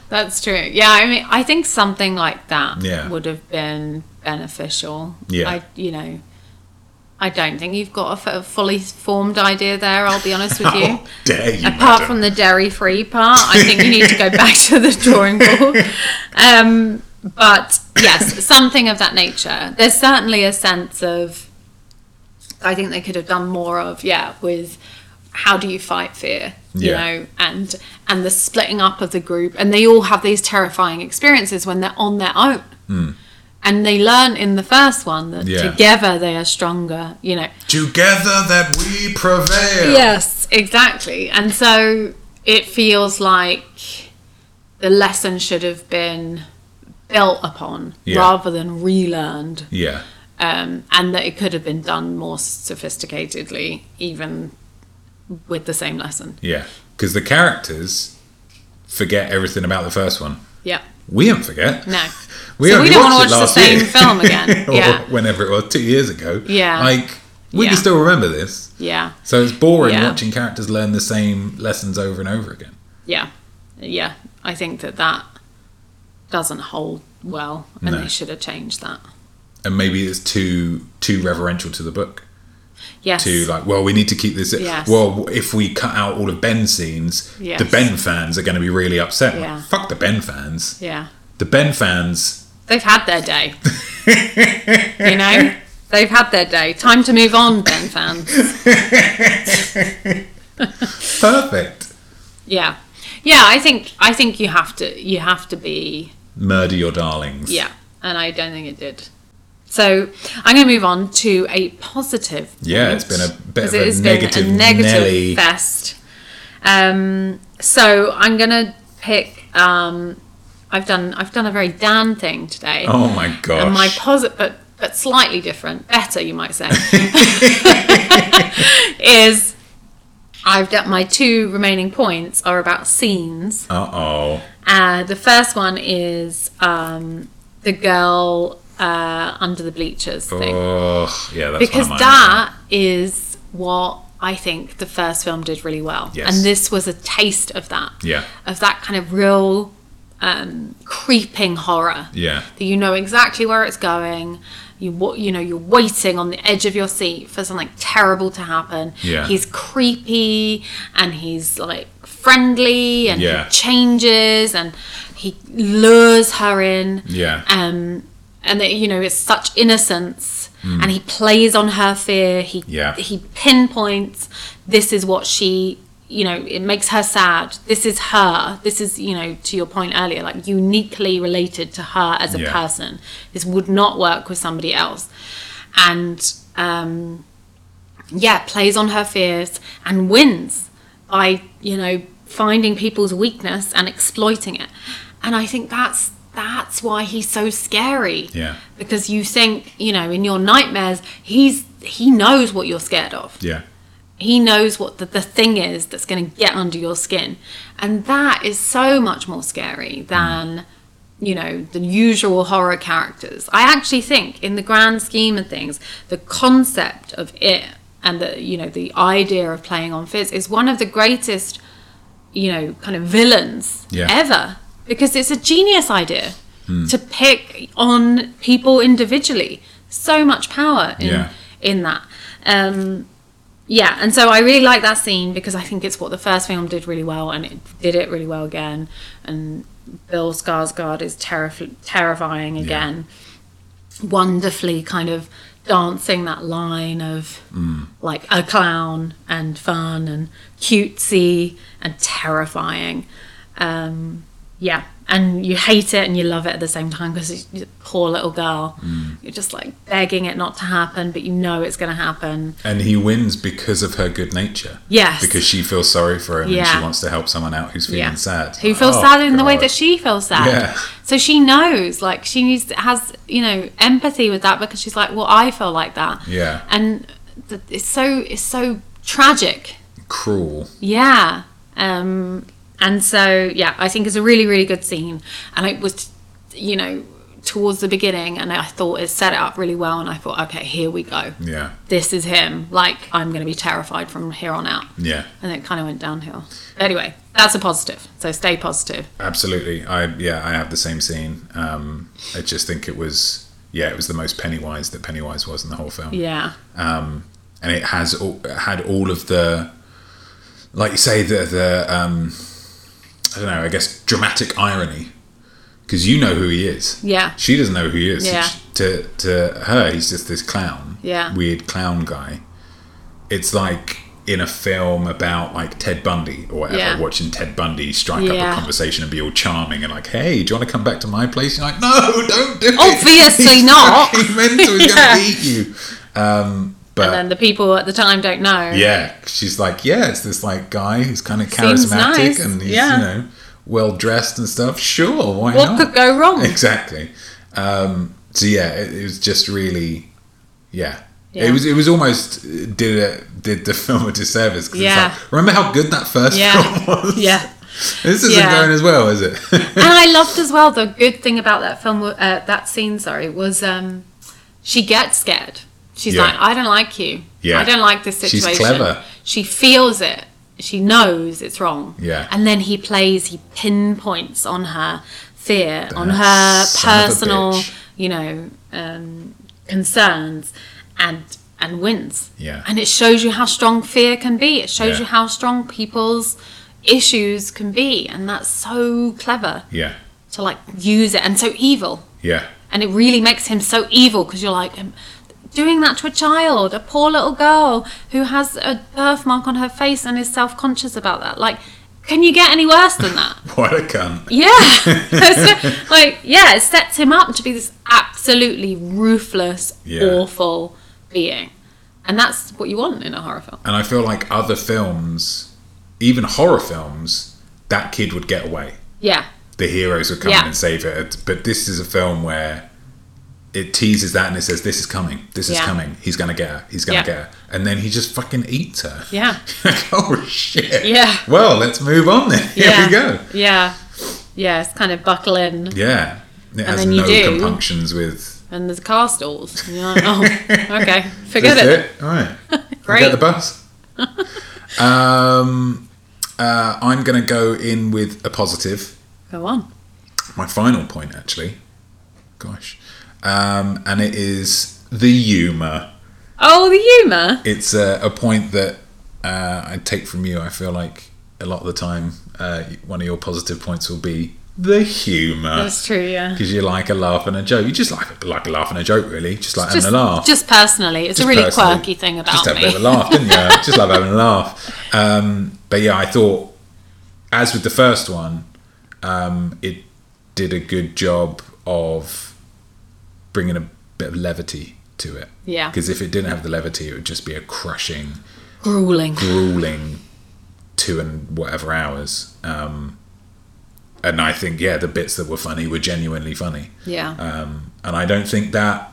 Speaker 3: That's true. Yeah, I mean, I think something like that
Speaker 2: Yeah.
Speaker 3: would have been beneficial.
Speaker 2: Yeah.
Speaker 3: I, you know, I don't think you've got a f- a fully formed idea there. I'll be honest with you.
Speaker 2: How dare you?
Speaker 3: Apart
Speaker 2: madam.
Speaker 3: from the dairy-free part, I think you need to go back to the drawing board. Um, but yes, something of that nature. There's certainly a sense of. I think they could have done more of yeah with how do you fight fear you
Speaker 2: Yeah.
Speaker 3: know and and the splitting up of the group and they all have these terrifying experiences when they're on their own and they learn in the first one that
Speaker 2: Hmm. Yeah.
Speaker 3: together they are stronger you know
Speaker 2: together that we prevail.
Speaker 3: Yes, exactly. And so it feels like the lesson should have been built upon
Speaker 2: Yeah.
Speaker 3: rather than relearned,
Speaker 2: Yeah.
Speaker 3: um, and that it could have been done more sophisticatedly, even with the same lesson.
Speaker 2: Yeah. Because the characters forget everything about the first one.
Speaker 3: Yeah.
Speaker 2: We don't forget.
Speaker 3: No.
Speaker 2: We,
Speaker 3: So
Speaker 2: only
Speaker 3: we don't
Speaker 2: watched
Speaker 3: want
Speaker 2: it
Speaker 3: to watch the
Speaker 2: last
Speaker 3: same
Speaker 2: year.
Speaker 3: film again.
Speaker 2: Or
Speaker 3: Yeah.
Speaker 2: Whenever it was, two years ago.
Speaker 3: Yeah.
Speaker 2: Like, we
Speaker 3: Yeah.
Speaker 2: can still remember this.
Speaker 3: Yeah.
Speaker 2: So it's boring
Speaker 3: Yeah.
Speaker 2: watching characters learn the same lessons over and over again.
Speaker 3: yeah, yeah, I think that that doesn't hold well, and
Speaker 2: No.
Speaker 3: they should have changed that.
Speaker 2: and maybe it's too too reverential to the book.
Speaker 3: Yes,
Speaker 2: Too like, well, we need to keep this.
Speaker 3: Yes.
Speaker 2: Well, if we cut out all of Ben's scenes,
Speaker 3: Yes.
Speaker 2: the Ben fans are going to be really upset. Like,
Speaker 3: Yeah.
Speaker 2: Fuck the Ben fans.
Speaker 3: yeah,
Speaker 2: The Ben fans.
Speaker 3: they've had their day. you know, they've had their day. Time to move on, Ben fans.
Speaker 2: Perfect.
Speaker 3: Yeah, yeah. I think I think you have to you have to be
Speaker 2: Murder your darlings.
Speaker 3: yeah, and I don't think it did. So I'm going to move on to a positive.
Speaker 2: Yeah,
Speaker 3: point,
Speaker 2: it's been a bit
Speaker 3: 'cause
Speaker 2: of a
Speaker 3: it has been
Speaker 2: negative Nelly.
Speaker 3: fest. Um, so I'm going to pick. Um, I've done I've done a very Dan thing today.
Speaker 2: Oh my gosh.
Speaker 3: And my positive, but but slightly different, better you might say, is I've done my two remaining points are about scenes.
Speaker 2: uh oh.
Speaker 3: Uh, the first one is um, the girl uh, under the bleachers thing.
Speaker 2: Oh yeah, that's
Speaker 3: Because
Speaker 2: one of mine.
Speaker 3: that is what I think the first film did really well.
Speaker 2: Yes.
Speaker 3: And this was a taste of that.
Speaker 2: Yeah.
Speaker 3: Of that kind of real um, creeping horror.
Speaker 2: Yeah.
Speaker 3: That you know exactly where it's going. You, wa- you know you're waiting on the edge of your seat for something terrible to happen.
Speaker 2: Yeah.
Speaker 3: He's creepy and he's like friendly and
Speaker 2: Yeah.
Speaker 3: he changes and he lures her in.
Speaker 2: Yeah.
Speaker 3: Um, and that, you know it's such innocence and he plays on her fear. He
Speaker 2: Hmm. Yeah.
Speaker 3: he pinpoints this is what she you know it makes her sad this is her this is you know to your point earlier like uniquely related to her as a
Speaker 2: Yeah.
Speaker 3: person this would not work with somebody else and um yeah plays on her fears and wins by you know finding people's weakness and exploiting it and i think that's that's why he's so scary
Speaker 2: Yeah.
Speaker 3: because you think you know in your nightmares he's he knows what you're scared of
Speaker 2: Yeah.
Speaker 3: he knows what the, the thing is that's going to get under your skin and that is so much more scary than you know the usual horror characters i actually think in the grand scheme of things the concept of it and the you know the idea of playing on fizz is one of the greatest you know kind of villains
Speaker 2: Yeah.
Speaker 3: ever because it's a genius idea to pick on people individually so much power in,
Speaker 2: Yeah.
Speaker 3: in that um yeah, and so I really like that scene because I think it's what the first film did really well, and it did it really well again. And Bill Skarsgård is terrif- terrifying again, wonderfully kind of dancing that line of like a clown and fun and cutesy and terrifying. Um, yeah, and you hate it and you love it at the same time because poor little girl,
Speaker 2: Mm.
Speaker 3: you're just like begging it not to happen, but you know it's going to happen.
Speaker 2: And he wins because of her good nature.
Speaker 3: Yes.
Speaker 2: Because she feels sorry for him and she
Speaker 3: Yeah.
Speaker 2: wants to help someone out who's feeling
Speaker 3: yeah.
Speaker 2: sad.
Speaker 3: Who feels
Speaker 2: Oh,
Speaker 3: sad in the way
Speaker 2: God.
Speaker 3: that she feels sad.
Speaker 2: Yeah.
Speaker 3: So she knows, like, she needs has you know empathy with that because she's like, well, I feel like that.
Speaker 2: Yeah.
Speaker 3: And th- it's so it's so tragic.
Speaker 2: Cruel.
Speaker 3: Yeah. Um. And so yeah, I think it's a really really good scene, and it was, you know, towards the beginning, and I thought it set it up really well, and I thought, okay, here we go.
Speaker 2: Yeah.
Speaker 3: This is him. Like, I'm going to be terrified from here on out.
Speaker 2: Yeah.
Speaker 3: And it kind of went downhill. Anyway, that's a positive. So stay positive.
Speaker 2: Absolutely. I yeah, I have the same scene. Um, I just think it was yeah, it was the most Pennywise that Pennywise was in the whole film.
Speaker 3: Yeah.
Speaker 2: and it has all, had all of the like you say the the um i don't know i guess dramatic irony because you know who he is
Speaker 3: Yeah.
Speaker 2: she doesn't know who he is
Speaker 3: Yeah.
Speaker 2: She- to to her he's just this clown
Speaker 3: Yeah.
Speaker 2: weird clown guy it's like in a film about like Ted Bundy or whatever,
Speaker 3: Yeah.
Speaker 2: watching Ted Bundy strike up
Speaker 3: Yeah.
Speaker 2: a conversation and be all charming and like, "Hey, do you want to come back to my place?" You're like, "No, don't do it."
Speaker 3: Obviously
Speaker 2: He's
Speaker 3: not.
Speaker 2: fucking mental. He's
Speaker 3: Yeah.
Speaker 2: gonna eat you. Um, but
Speaker 3: and the people at the time don't know.
Speaker 2: yeah, she's like, yeah, it's this like guy who's kind of
Speaker 3: Seems
Speaker 2: charismatic
Speaker 3: nice,
Speaker 2: and he's
Speaker 3: yeah.
Speaker 2: you know well dressed and stuff. Sure, why
Speaker 3: What
Speaker 2: not?
Speaker 3: could go wrong?
Speaker 2: Exactly. Um, so yeah, it, it was just really, yeah.
Speaker 3: Yeah.
Speaker 2: It was. It was almost uh, did it, did the film a disservice. 'cause it's
Speaker 3: Yeah.
Speaker 2: like, remember how good that first
Speaker 3: Yeah.
Speaker 2: film was?
Speaker 3: Yeah.
Speaker 2: This isn't
Speaker 3: Yeah.
Speaker 2: going as well, is it?
Speaker 3: And I loved as well the good thing about that film, uh, that scene, sorry, was um, she gets scared. She's
Speaker 2: Yeah.
Speaker 3: like, I don't like you.
Speaker 2: Yeah.
Speaker 3: I don't like this
Speaker 2: She's
Speaker 3: situation.
Speaker 2: clever.
Speaker 3: She feels it. She knows it's wrong.
Speaker 2: Yeah.
Speaker 3: And then he plays, he pinpoints on her fear, on
Speaker 2: That
Speaker 3: her
Speaker 2: son of a
Speaker 3: personal,
Speaker 2: bitch.
Speaker 3: you know, um, concerns and and wins.
Speaker 2: Yeah.
Speaker 3: And it shows you how strong fear can be. It shows
Speaker 2: Yeah.
Speaker 3: you how strong people's issues can be. And that's so clever
Speaker 2: yeah.
Speaker 3: to like use it and so evil
Speaker 2: Yeah.
Speaker 3: and it really makes him so evil because you're like um, doing that to a child a poor little girl who has a birthmark on her face and is self-conscious about that like can you get any worse than that
Speaker 2: What a cunt.
Speaker 3: yeah It's like yeah it sets him up to be this absolutely ruthless
Speaker 2: Yeah.
Speaker 3: awful being and that's what you want in a horror film
Speaker 2: And I feel like other films, even horror films, that kid would get away.
Speaker 3: yeah
Speaker 2: the heroes would come in
Speaker 3: Yeah.
Speaker 2: and save it. But this is a film where it teases that and it says, "This is coming. This is
Speaker 3: Yeah.
Speaker 2: coming. He's gonna get her. He's gonna
Speaker 3: Yeah.
Speaker 2: get her." And then he just fucking eats her.
Speaker 3: Yeah.
Speaker 2: Like, oh shit.
Speaker 3: Yeah.
Speaker 2: Well, let's move on then. Here
Speaker 3: yeah
Speaker 2: we go.
Speaker 3: yeah yeah it's kind of buckle in
Speaker 2: Yeah. It has
Speaker 3: then you
Speaker 2: no
Speaker 3: do.
Speaker 2: compunctions with.
Speaker 3: and there's car stalls And you're like, oh okay forget
Speaker 2: That's
Speaker 3: it
Speaker 2: it. All right.
Speaker 3: Great.
Speaker 2: Get the bus. um, uh, I'm gonna go in with a positive.
Speaker 3: Go on.
Speaker 2: my final point actually gosh um, and it is the humor
Speaker 3: Oh, the humour.
Speaker 2: it's a, a point that uh, i take from you i feel like a lot of the time uh, one of your positive points will be the humor
Speaker 3: That's true, yeah.
Speaker 2: because you like a laugh and a joke you just like like a laugh and a joke really just like
Speaker 3: Just,
Speaker 2: having a laugh
Speaker 3: just personally, it's a
Speaker 2: Just
Speaker 3: really
Speaker 2: personally.
Speaker 3: quirky thing
Speaker 2: just
Speaker 3: about
Speaker 2: have a bit of a
Speaker 3: me.
Speaker 2: laugh, didn't you? just love having a laugh. Um, but yeah, I thought, as with the first one, um, it did a good job of bringing a bit of levity to it.
Speaker 3: Yeah.
Speaker 2: Because if it didn't have the levity, it would just be a crushing,
Speaker 3: Grueling.
Speaker 2: grueling two and whatever hours. Um, and I think, yeah, the bits that were funny were genuinely funny.
Speaker 3: Yeah.
Speaker 2: Um, and I don't think that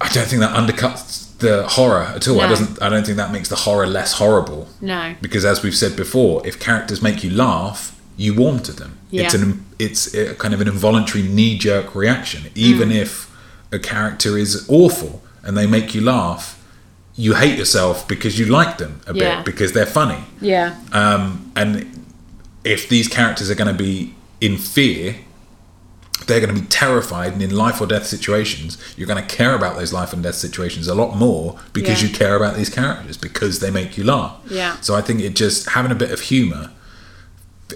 Speaker 2: I don't think that undercuts the horror at all. I
Speaker 3: No.
Speaker 2: doesn't I don't think that makes the horror less horrible.
Speaker 3: No.
Speaker 2: Because as we've said before, if characters make you laugh, you warm to them. It's
Speaker 3: Yeah.
Speaker 2: an it's a kind of an involuntary knee jerk reaction. Even
Speaker 3: Mm.
Speaker 2: if a character is awful and they make you laugh, you hate yourself because you like them a
Speaker 3: Yeah.
Speaker 2: bit because they're funny.
Speaker 3: Yeah.
Speaker 2: Um, and if these characters are going to be in fear, they're going to be terrified and in life or death situations. You're going to care about those life and death situations a lot more because
Speaker 3: Yeah.
Speaker 2: you care about these characters because they make you laugh.
Speaker 3: Yeah.
Speaker 2: So I think it just having a bit of humor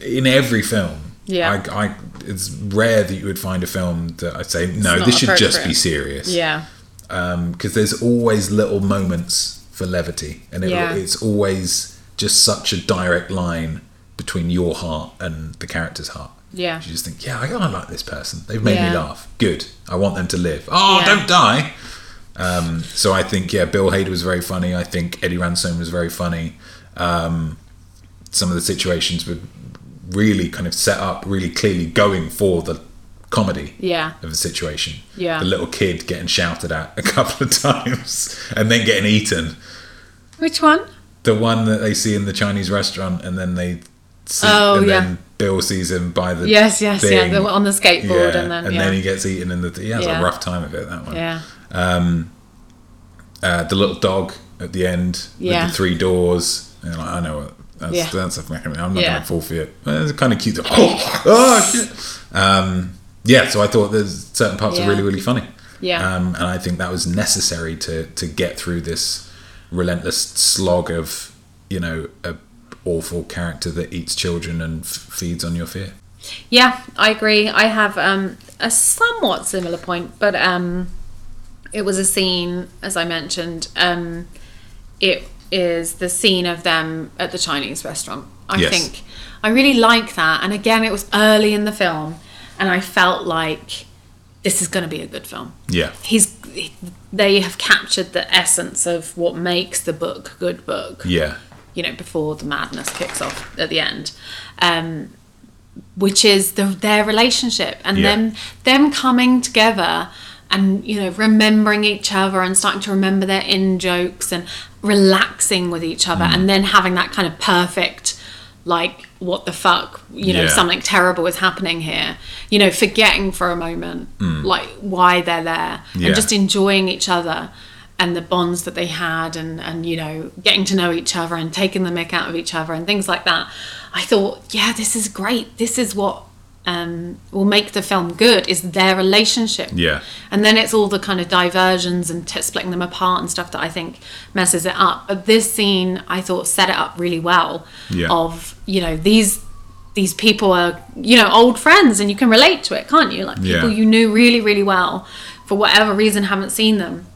Speaker 2: in every film.
Speaker 3: Yeah.
Speaker 2: I, I, it's rare that you would find a film that I'd say no.
Speaker 3: not
Speaker 2: This should just be
Speaker 3: appropriate.
Speaker 2: serious
Speaker 3: Yeah.
Speaker 2: because Um, there's always little moments for levity, and it,
Speaker 3: Yeah.
Speaker 2: it's always just such a direct line between your heart and the character's heart.
Speaker 3: Yeah.
Speaker 2: You just think, yeah, I, I like this person. They've made me
Speaker 3: Yeah.
Speaker 2: laugh. Good. I want them to live. Oh,
Speaker 3: Yeah.
Speaker 2: don't die. Um, so I think, yeah, Bill Hader was very funny. I think Eddie Ransome was very funny. Um, some of the situations were really kind of set up, really clearly going for the comedy
Speaker 3: Yeah.
Speaker 2: of the situation.
Speaker 3: Yeah.
Speaker 2: The little kid getting shouted at a couple of times and then getting eaten.
Speaker 3: Which one?
Speaker 2: The one that they see in the Chinese restaurant and then they see,
Speaker 3: Oh,
Speaker 2: and
Speaker 3: yeah.
Speaker 2: then Bill sees him by the
Speaker 3: Yes, yes, yeah.
Speaker 2: thing.
Speaker 3: The, on the skateboard,
Speaker 2: Yeah,
Speaker 3: and then yeah,
Speaker 2: he gets eaten in the. He has
Speaker 3: Yeah.
Speaker 2: a rough time of it. That one.
Speaker 3: yeah,
Speaker 2: Uh, the little dog at the end
Speaker 3: Yeah.
Speaker 2: with the three doors. And you're like, I know what. That's,
Speaker 3: Yeah.
Speaker 2: that's a fucking. I'm not
Speaker 3: Yeah.
Speaker 2: gonna fall for it. Well, It's kind of cute. Oh, oh, shit. Um, yeah. So I thought there's certain parts
Speaker 3: Yeah.
Speaker 2: are really really funny.
Speaker 3: Yeah.
Speaker 2: Um, and I think that was necessary to to get through this relentless slog of you know a awful character that eats children and f- feeds on your fear.
Speaker 3: yeah. I agree. I have um, a somewhat similar point, but um, it was a scene, as I mentioned. Um, it is the scene of them at the Chinese restaurant. I
Speaker 2: Yes.
Speaker 3: think I really like that, and again, it was early in the film, and I felt like this is going to be a good film.
Speaker 2: Yeah.
Speaker 3: he's they have captured the essence of what makes the book a good book
Speaker 2: Yeah.
Speaker 3: you know before the madness kicks off at the end um which is the, their relationship and
Speaker 2: Yeah.
Speaker 3: them them coming together and you know remembering each other and starting to remember their in jokes and relaxing with each other
Speaker 2: Mm.
Speaker 3: and then having that kind of perfect like what the fuck you know
Speaker 2: Yeah.
Speaker 3: something terrible is happening here you know forgetting for a moment like why they're there
Speaker 2: Mm. Yeah.
Speaker 3: and just enjoying each other and the bonds that they had and and you know getting to know each other and taking the mick out of each other and things like that i thought yeah this is great this is what um, will make the film good is their relationship
Speaker 2: Yeah.
Speaker 3: and then it's all the kind of diversions and t- splitting them apart and stuff that i think messes it up but this scene i thought set it up really well
Speaker 2: Yeah.
Speaker 3: of you know these these people are you know old friends and you can relate to it can't you like
Speaker 2: Yeah.
Speaker 3: people you knew really really well for whatever reason haven't seen them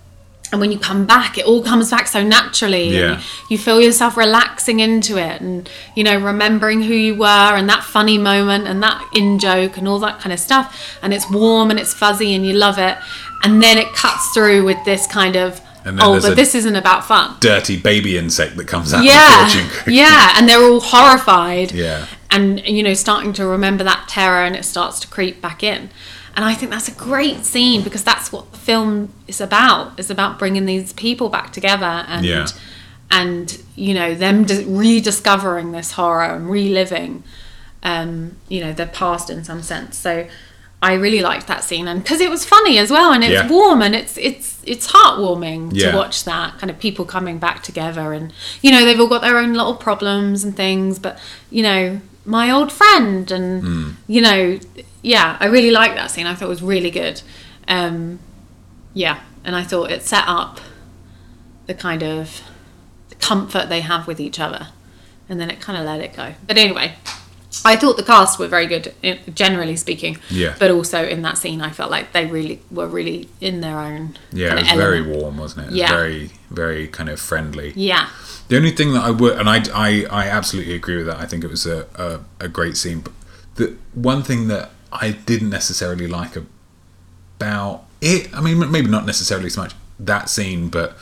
Speaker 3: and when you come back it all comes back so naturally and
Speaker 2: Yeah.
Speaker 3: you feel yourself relaxing into it and you know remembering who you were and that funny moment and that in joke and all that kind of stuff and it's warm and it's fuzzy and you love it and then it cuts through with this kind of
Speaker 2: And then
Speaker 3: oh
Speaker 2: there's
Speaker 3: but
Speaker 2: a-
Speaker 3: this isn't about fun
Speaker 2: Dirty baby insect that comes out of the fortune
Speaker 3: yeah
Speaker 2: cookie.
Speaker 3: yeah and they're all horrified
Speaker 2: Yeah.
Speaker 3: and you know starting to remember that terror and it starts to creep back in and i think that's a great scene because that's what the film is about it's about bringing these people back together and
Speaker 2: Yeah.
Speaker 3: and you know them dis- rediscovering this horror and reliving um you know their past in some sense so I really liked that scene, and because it was funny as well, and it's
Speaker 2: Yeah.
Speaker 3: warm, and it's it's it's heartwarming
Speaker 2: Yeah.
Speaker 3: to watch that kind of people coming back together and you know they've all got their own little problems and things but you know my old friend and
Speaker 2: Hmm.
Speaker 3: you know yeah i really liked that scene i thought it was really good um yeah and i thought it set up the kind of comfort they have with each other and then it kind of let it go but anyway i thought the cast were very good eh, generally speaking
Speaker 2: Yeah.
Speaker 3: but also in that scene i felt like they really were really in their own
Speaker 2: Yeah, it
Speaker 3: kind
Speaker 2: was
Speaker 3: of
Speaker 2: very
Speaker 3: element.
Speaker 2: warm, wasn't it? it was
Speaker 3: Yeah.
Speaker 2: Very, very kind of friendly.
Speaker 3: yeah
Speaker 2: The only thing that I would, and I, I, I absolutely agree with that. I think it was a, a, a great scene. But the one thing that I didn't necessarily like about it, I mean, maybe not necessarily so much that scene, but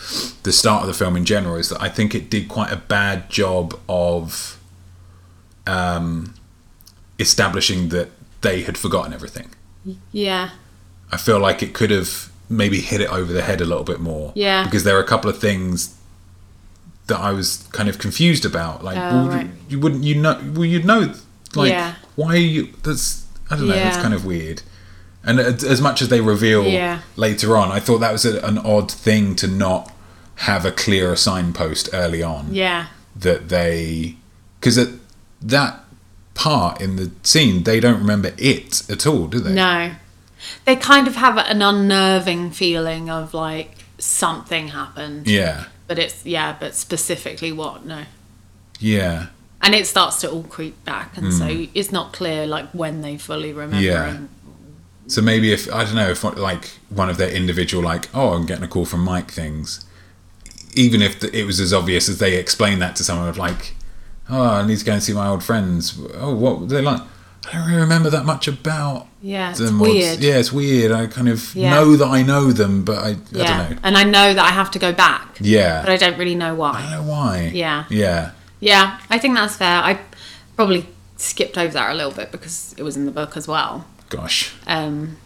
Speaker 2: the start of the film in general, is that I think it did quite a bad job of um, establishing that they had forgotten everything.
Speaker 3: yeah
Speaker 2: I feel like it could have maybe hit it over the head a little bit more.
Speaker 3: Yeah.
Speaker 2: Because there are a couple of things that I was kind of confused about. Like,
Speaker 3: Oh,
Speaker 2: well,
Speaker 3: right.
Speaker 2: you wouldn't, you know, well, you'd know, like,
Speaker 3: Yeah.
Speaker 2: why are you, that's, I don't know, that's
Speaker 3: Yeah.
Speaker 2: kind of weird. And as as much as they reveal
Speaker 3: Yeah.
Speaker 2: later on, I thought that was a, an odd thing to not have a clearer signpost early on
Speaker 3: Yeah.
Speaker 2: that they because at that part in the scene they don't remember it at all do they
Speaker 3: No. They kind of have an unnerving feeling of like something happened.
Speaker 2: yeah
Speaker 3: But it's yeah, but specifically what? No.
Speaker 2: yeah
Speaker 3: And it starts to all creep back and so it's not clear like when they fully remember
Speaker 2: Mm. Yeah.
Speaker 3: and
Speaker 2: So maybe if I don't know if like one of their individual like oh I'm getting a call from Mike things, even if th it was as obvious as they explain that to someone of like, oh I need to go and see my old friends. Oh what were they like? I don't really remember that much about
Speaker 3: Yeah, it's
Speaker 2: them. or-
Speaker 3: weird.
Speaker 2: yeah, it's weird. I kind of
Speaker 3: Yeah.
Speaker 2: know that I know them, but I, I
Speaker 3: yeah.
Speaker 2: don't know.
Speaker 3: And I know that I have to go back,
Speaker 2: Yeah.
Speaker 3: but I don't really know
Speaker 2: I
Speaker 3: why.
Speaker 2: don't know why.
Speaker 3: Yeah.
Speaker 2: Yeah.
Speaker 3: Yeah, I think that's fair. I probably skipped over that a little bit because it was in the book as well.
Speaker 2: Gosh.
Speaker 3: Um,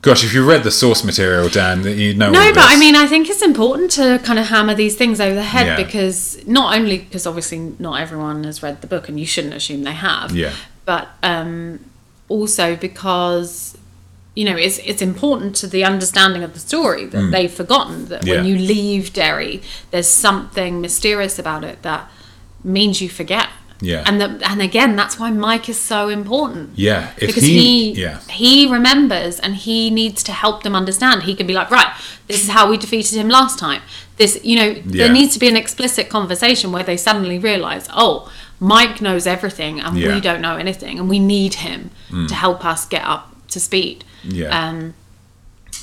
Speaker 2: Gosh, if you read the source material, Dan, that you know. all
Speaker 3: no, but
Speaker 2: this.
Speaker 3: I mean, I think it's important to kind of hammer these things over the head
Speaker 2: Yeah.
Speaker 3: because not only because obviously not everyone has read the book, and you shouldn't assume they have.
Speaker 2: Yeah.
Speaker 3: But um, also because you know it's it's important to the understanding of the story that they've forgotten that when
Speaker 2: Mm. Yeah.
Speaker 3: you leave Derry, there's something mysterious about it that means you forget.
Speaker 2: Yeah.
Speaker 3: And that and again, that's why Mike is so important
Speaker 2: Yeah. If
Speaker 3: because he he,
Speaker 2: Yeah.
Speaker 3: remembers and he needs to help them understand. He can be like, right, this is how we defeated him last time. This, you know,
Speaker 2: Yeah.
Speaker 3: there needs to be an explicit conversation where they suddenly realize, oh, Mike knows everything and
Speaker 2: Yeah. Mm.
Speaker 3: we don't know anything, and we need him to help us get up to speed.
Speaker 2: Yeah.
Speaker 3: Um,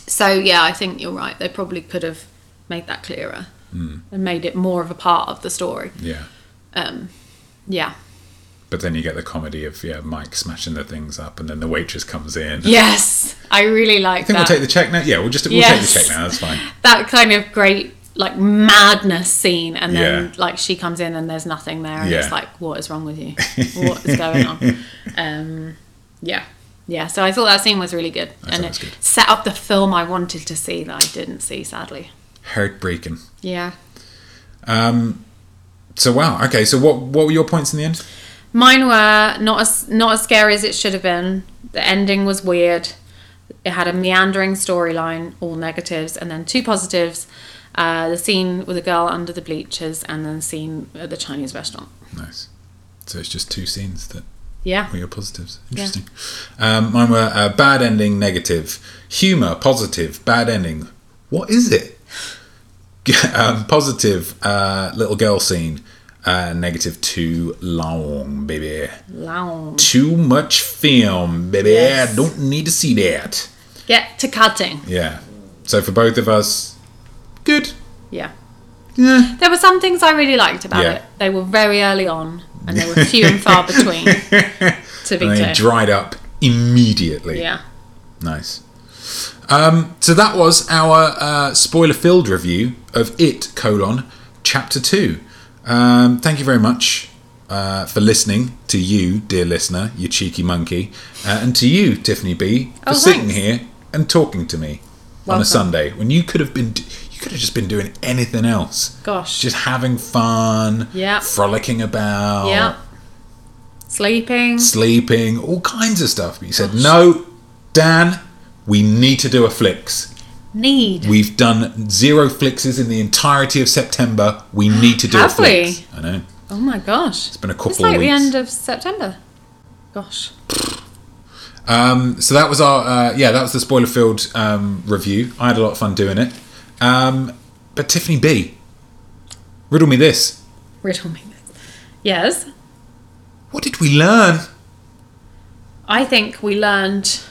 Speaker 3: so yeah, I think you're right. They probably could have made that clearer
Speaker 2: Mm.
Speaker 3: and made it more of a part of the story.
Speaker 2: yeah.
Speaker 3: Yeah.
Speaker 2: But then you get the comedy of yeah Mike smashing the things up, and then the waitress comes in.
Speaker 3: Yes, I really like
Speaker 2: I think
Speaker 3: that.
Speaker 2: we'll take the check now. Yeah, we'll just we'll
Speaker 3: Yes.
Speaker 2: take the check now. That's fine.
Speaker 3: that kind of great like madness scene and then
Speaker 2: Yeah.
Speaker 3: like she comes in and there's nothing there and
Speaker 2: Yeah.
Speaker 3: it's like what is wrong with you what is going on um yeah yeah so i thought that scene was really good and
Speaker 2: sounds
Speaker 3: it
Speaker 2: good.
Speaker 3: set up the film i wanted to see that i didn't see sadly
Speaker 2: Heartbreaking.
Speaker 3: yeah
Speaker 2: So wow. Okay. So what what were your points in the end?
Speaker 3: mine were not as not as scary as it should have been the ending was weird it had a meandering storyline all negatives and then two positives uh, the scene with the girl under the bleachers and then the scene at the chinese restaurant
Speaker 2: Nice. So it's just two scenes that
Speaker 3: Yeah.
Speaker 2: were your positives. Interesting. Um, mine were uh, bad ending, negative, humor, positive, bad ending. What is it? um, positive, uh, little girl scene. Uh, negative too long, baby.
Speaker 3: Lounge.
Speaker 2: Too much film, baby.
Speaker 3: Yes.
Speaker 2: Don't need to see that.
Speaker 3: Get to cutting.
Speaker 2: Yeah. So for both of us, good.
Speaker 3: Yeah. There were some things I really liked about
Speaker 2: Yeah.
Speaker 3: it. They were very early on and they were few and far between, to be
Speaker 2: And
Speaker 3: clear.
Speaker 2: they dried up immediately.
Speaker 3: yeah.
Speaker 2: Nice. Um, so that was our uh, spoiler-filled review of It: colon Chapter Two. Um, thank you very much uh, for listening to you, dear listener, you cheeky monkey, uh, and to you, Tiffany B, for
Speaker 3: Oh,
Speaker 2: sitting
Speaker 3: thanks.
Speaker 2: here and talking to me on a
Speaker 3: Welcome.
Speaker 2: Sunday when you could have been you could have just been doing anything else.
Speaker 3: Gosh.
Speaker 2: just having fun,
Speaker 3: Yeah.
Speaker 2: frolicking about,
Speaker 3: Yeah. Sleeping.
Speaker 2: sleeping, all kinds of stuff. But you said, no, Dan, we need to do a flicks.
Speaker 3: Need.
Speaker 2: We've done zero flickses in the entirety of September. We need to do a
Speaker 3: Have we?
Speaker 2: flicks. I know.
Speaker 3: oh my gosh. It's
Speaker 2: been a couple
Speaker 3: It's
Speaker 2: of
Speaker 3: like the
Speaker 2: weeks.
Speaker 3: end of September. Gosh.
Speaker 2: So that was our uh, yeah, that was the spoiler filled um, review. I had a lot of fun doing it. Um, but Tiffany B, riddle me this:
Speaker 3: Riddle me this. Yes.
Speaker 2: What did we learn?
Speaker 3: I think we learned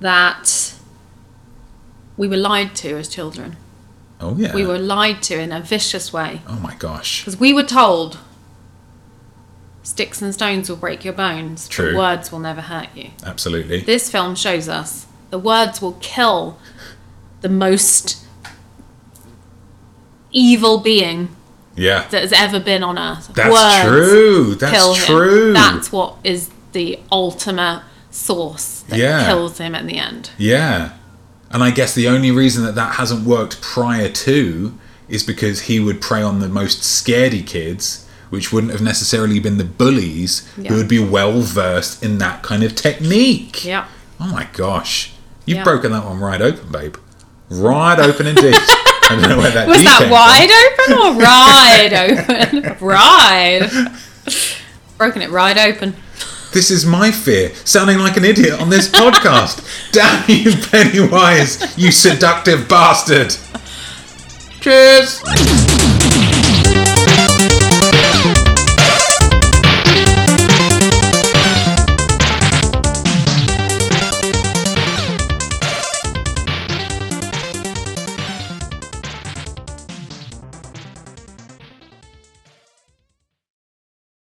Speaker 3: that we were lied to as children.
Speaker 2: Oh yeah.
Speaker 3: We were lied to in a vicious way.
Speaker 2: Oh my gosh.
Speaker 3: Because we were told sticks and stones will break your bones,
Speaker 2: True.
Speaker 3: but words will never hurt you.
Speaker 2: Absolutely.
Speaker 3: This film shows us the words will kill the most evil being
Speaker 2: Yeah.
Speaker 3: that has ever been on earth.
Speaker 2: That's
Speaker 3: words
Speaker 2: true.
Speaker 3: kill
Speaker 2: That's
Speaker 3: him.
Speaker 2: true.
Speaker 3: That's what is the ultimate source that
Speaker 2: Yeah.
Speaker 3: kills him at the end.
Speaker 2: Yeah. And I guess the only reason that that hasn't worked prior to is because he would prey on the most scaredy kids, which wouldn't have necessarily been the bullies
Speaker 3: Yeah.
Speaker 2: who would be well versed in that kind of technique.
Speaker 3: Yeah.
Speaker 2: Oh my gosh. You've
Speaker 3: Yeah.
Speaker 2: broken that one right open, babe. Right open indeed. I don't know where that
Speaker 3: Was
Speaker 2: D
Speaker 3: that
Speaker 2: came
Speaker 3: wide open or wide open? Ride. Broken it right open.
Speaker 2: from. This is my fear, sounding like an idiot on this podcast. Damn you, Pennywise, you seductive bastard. Cheers.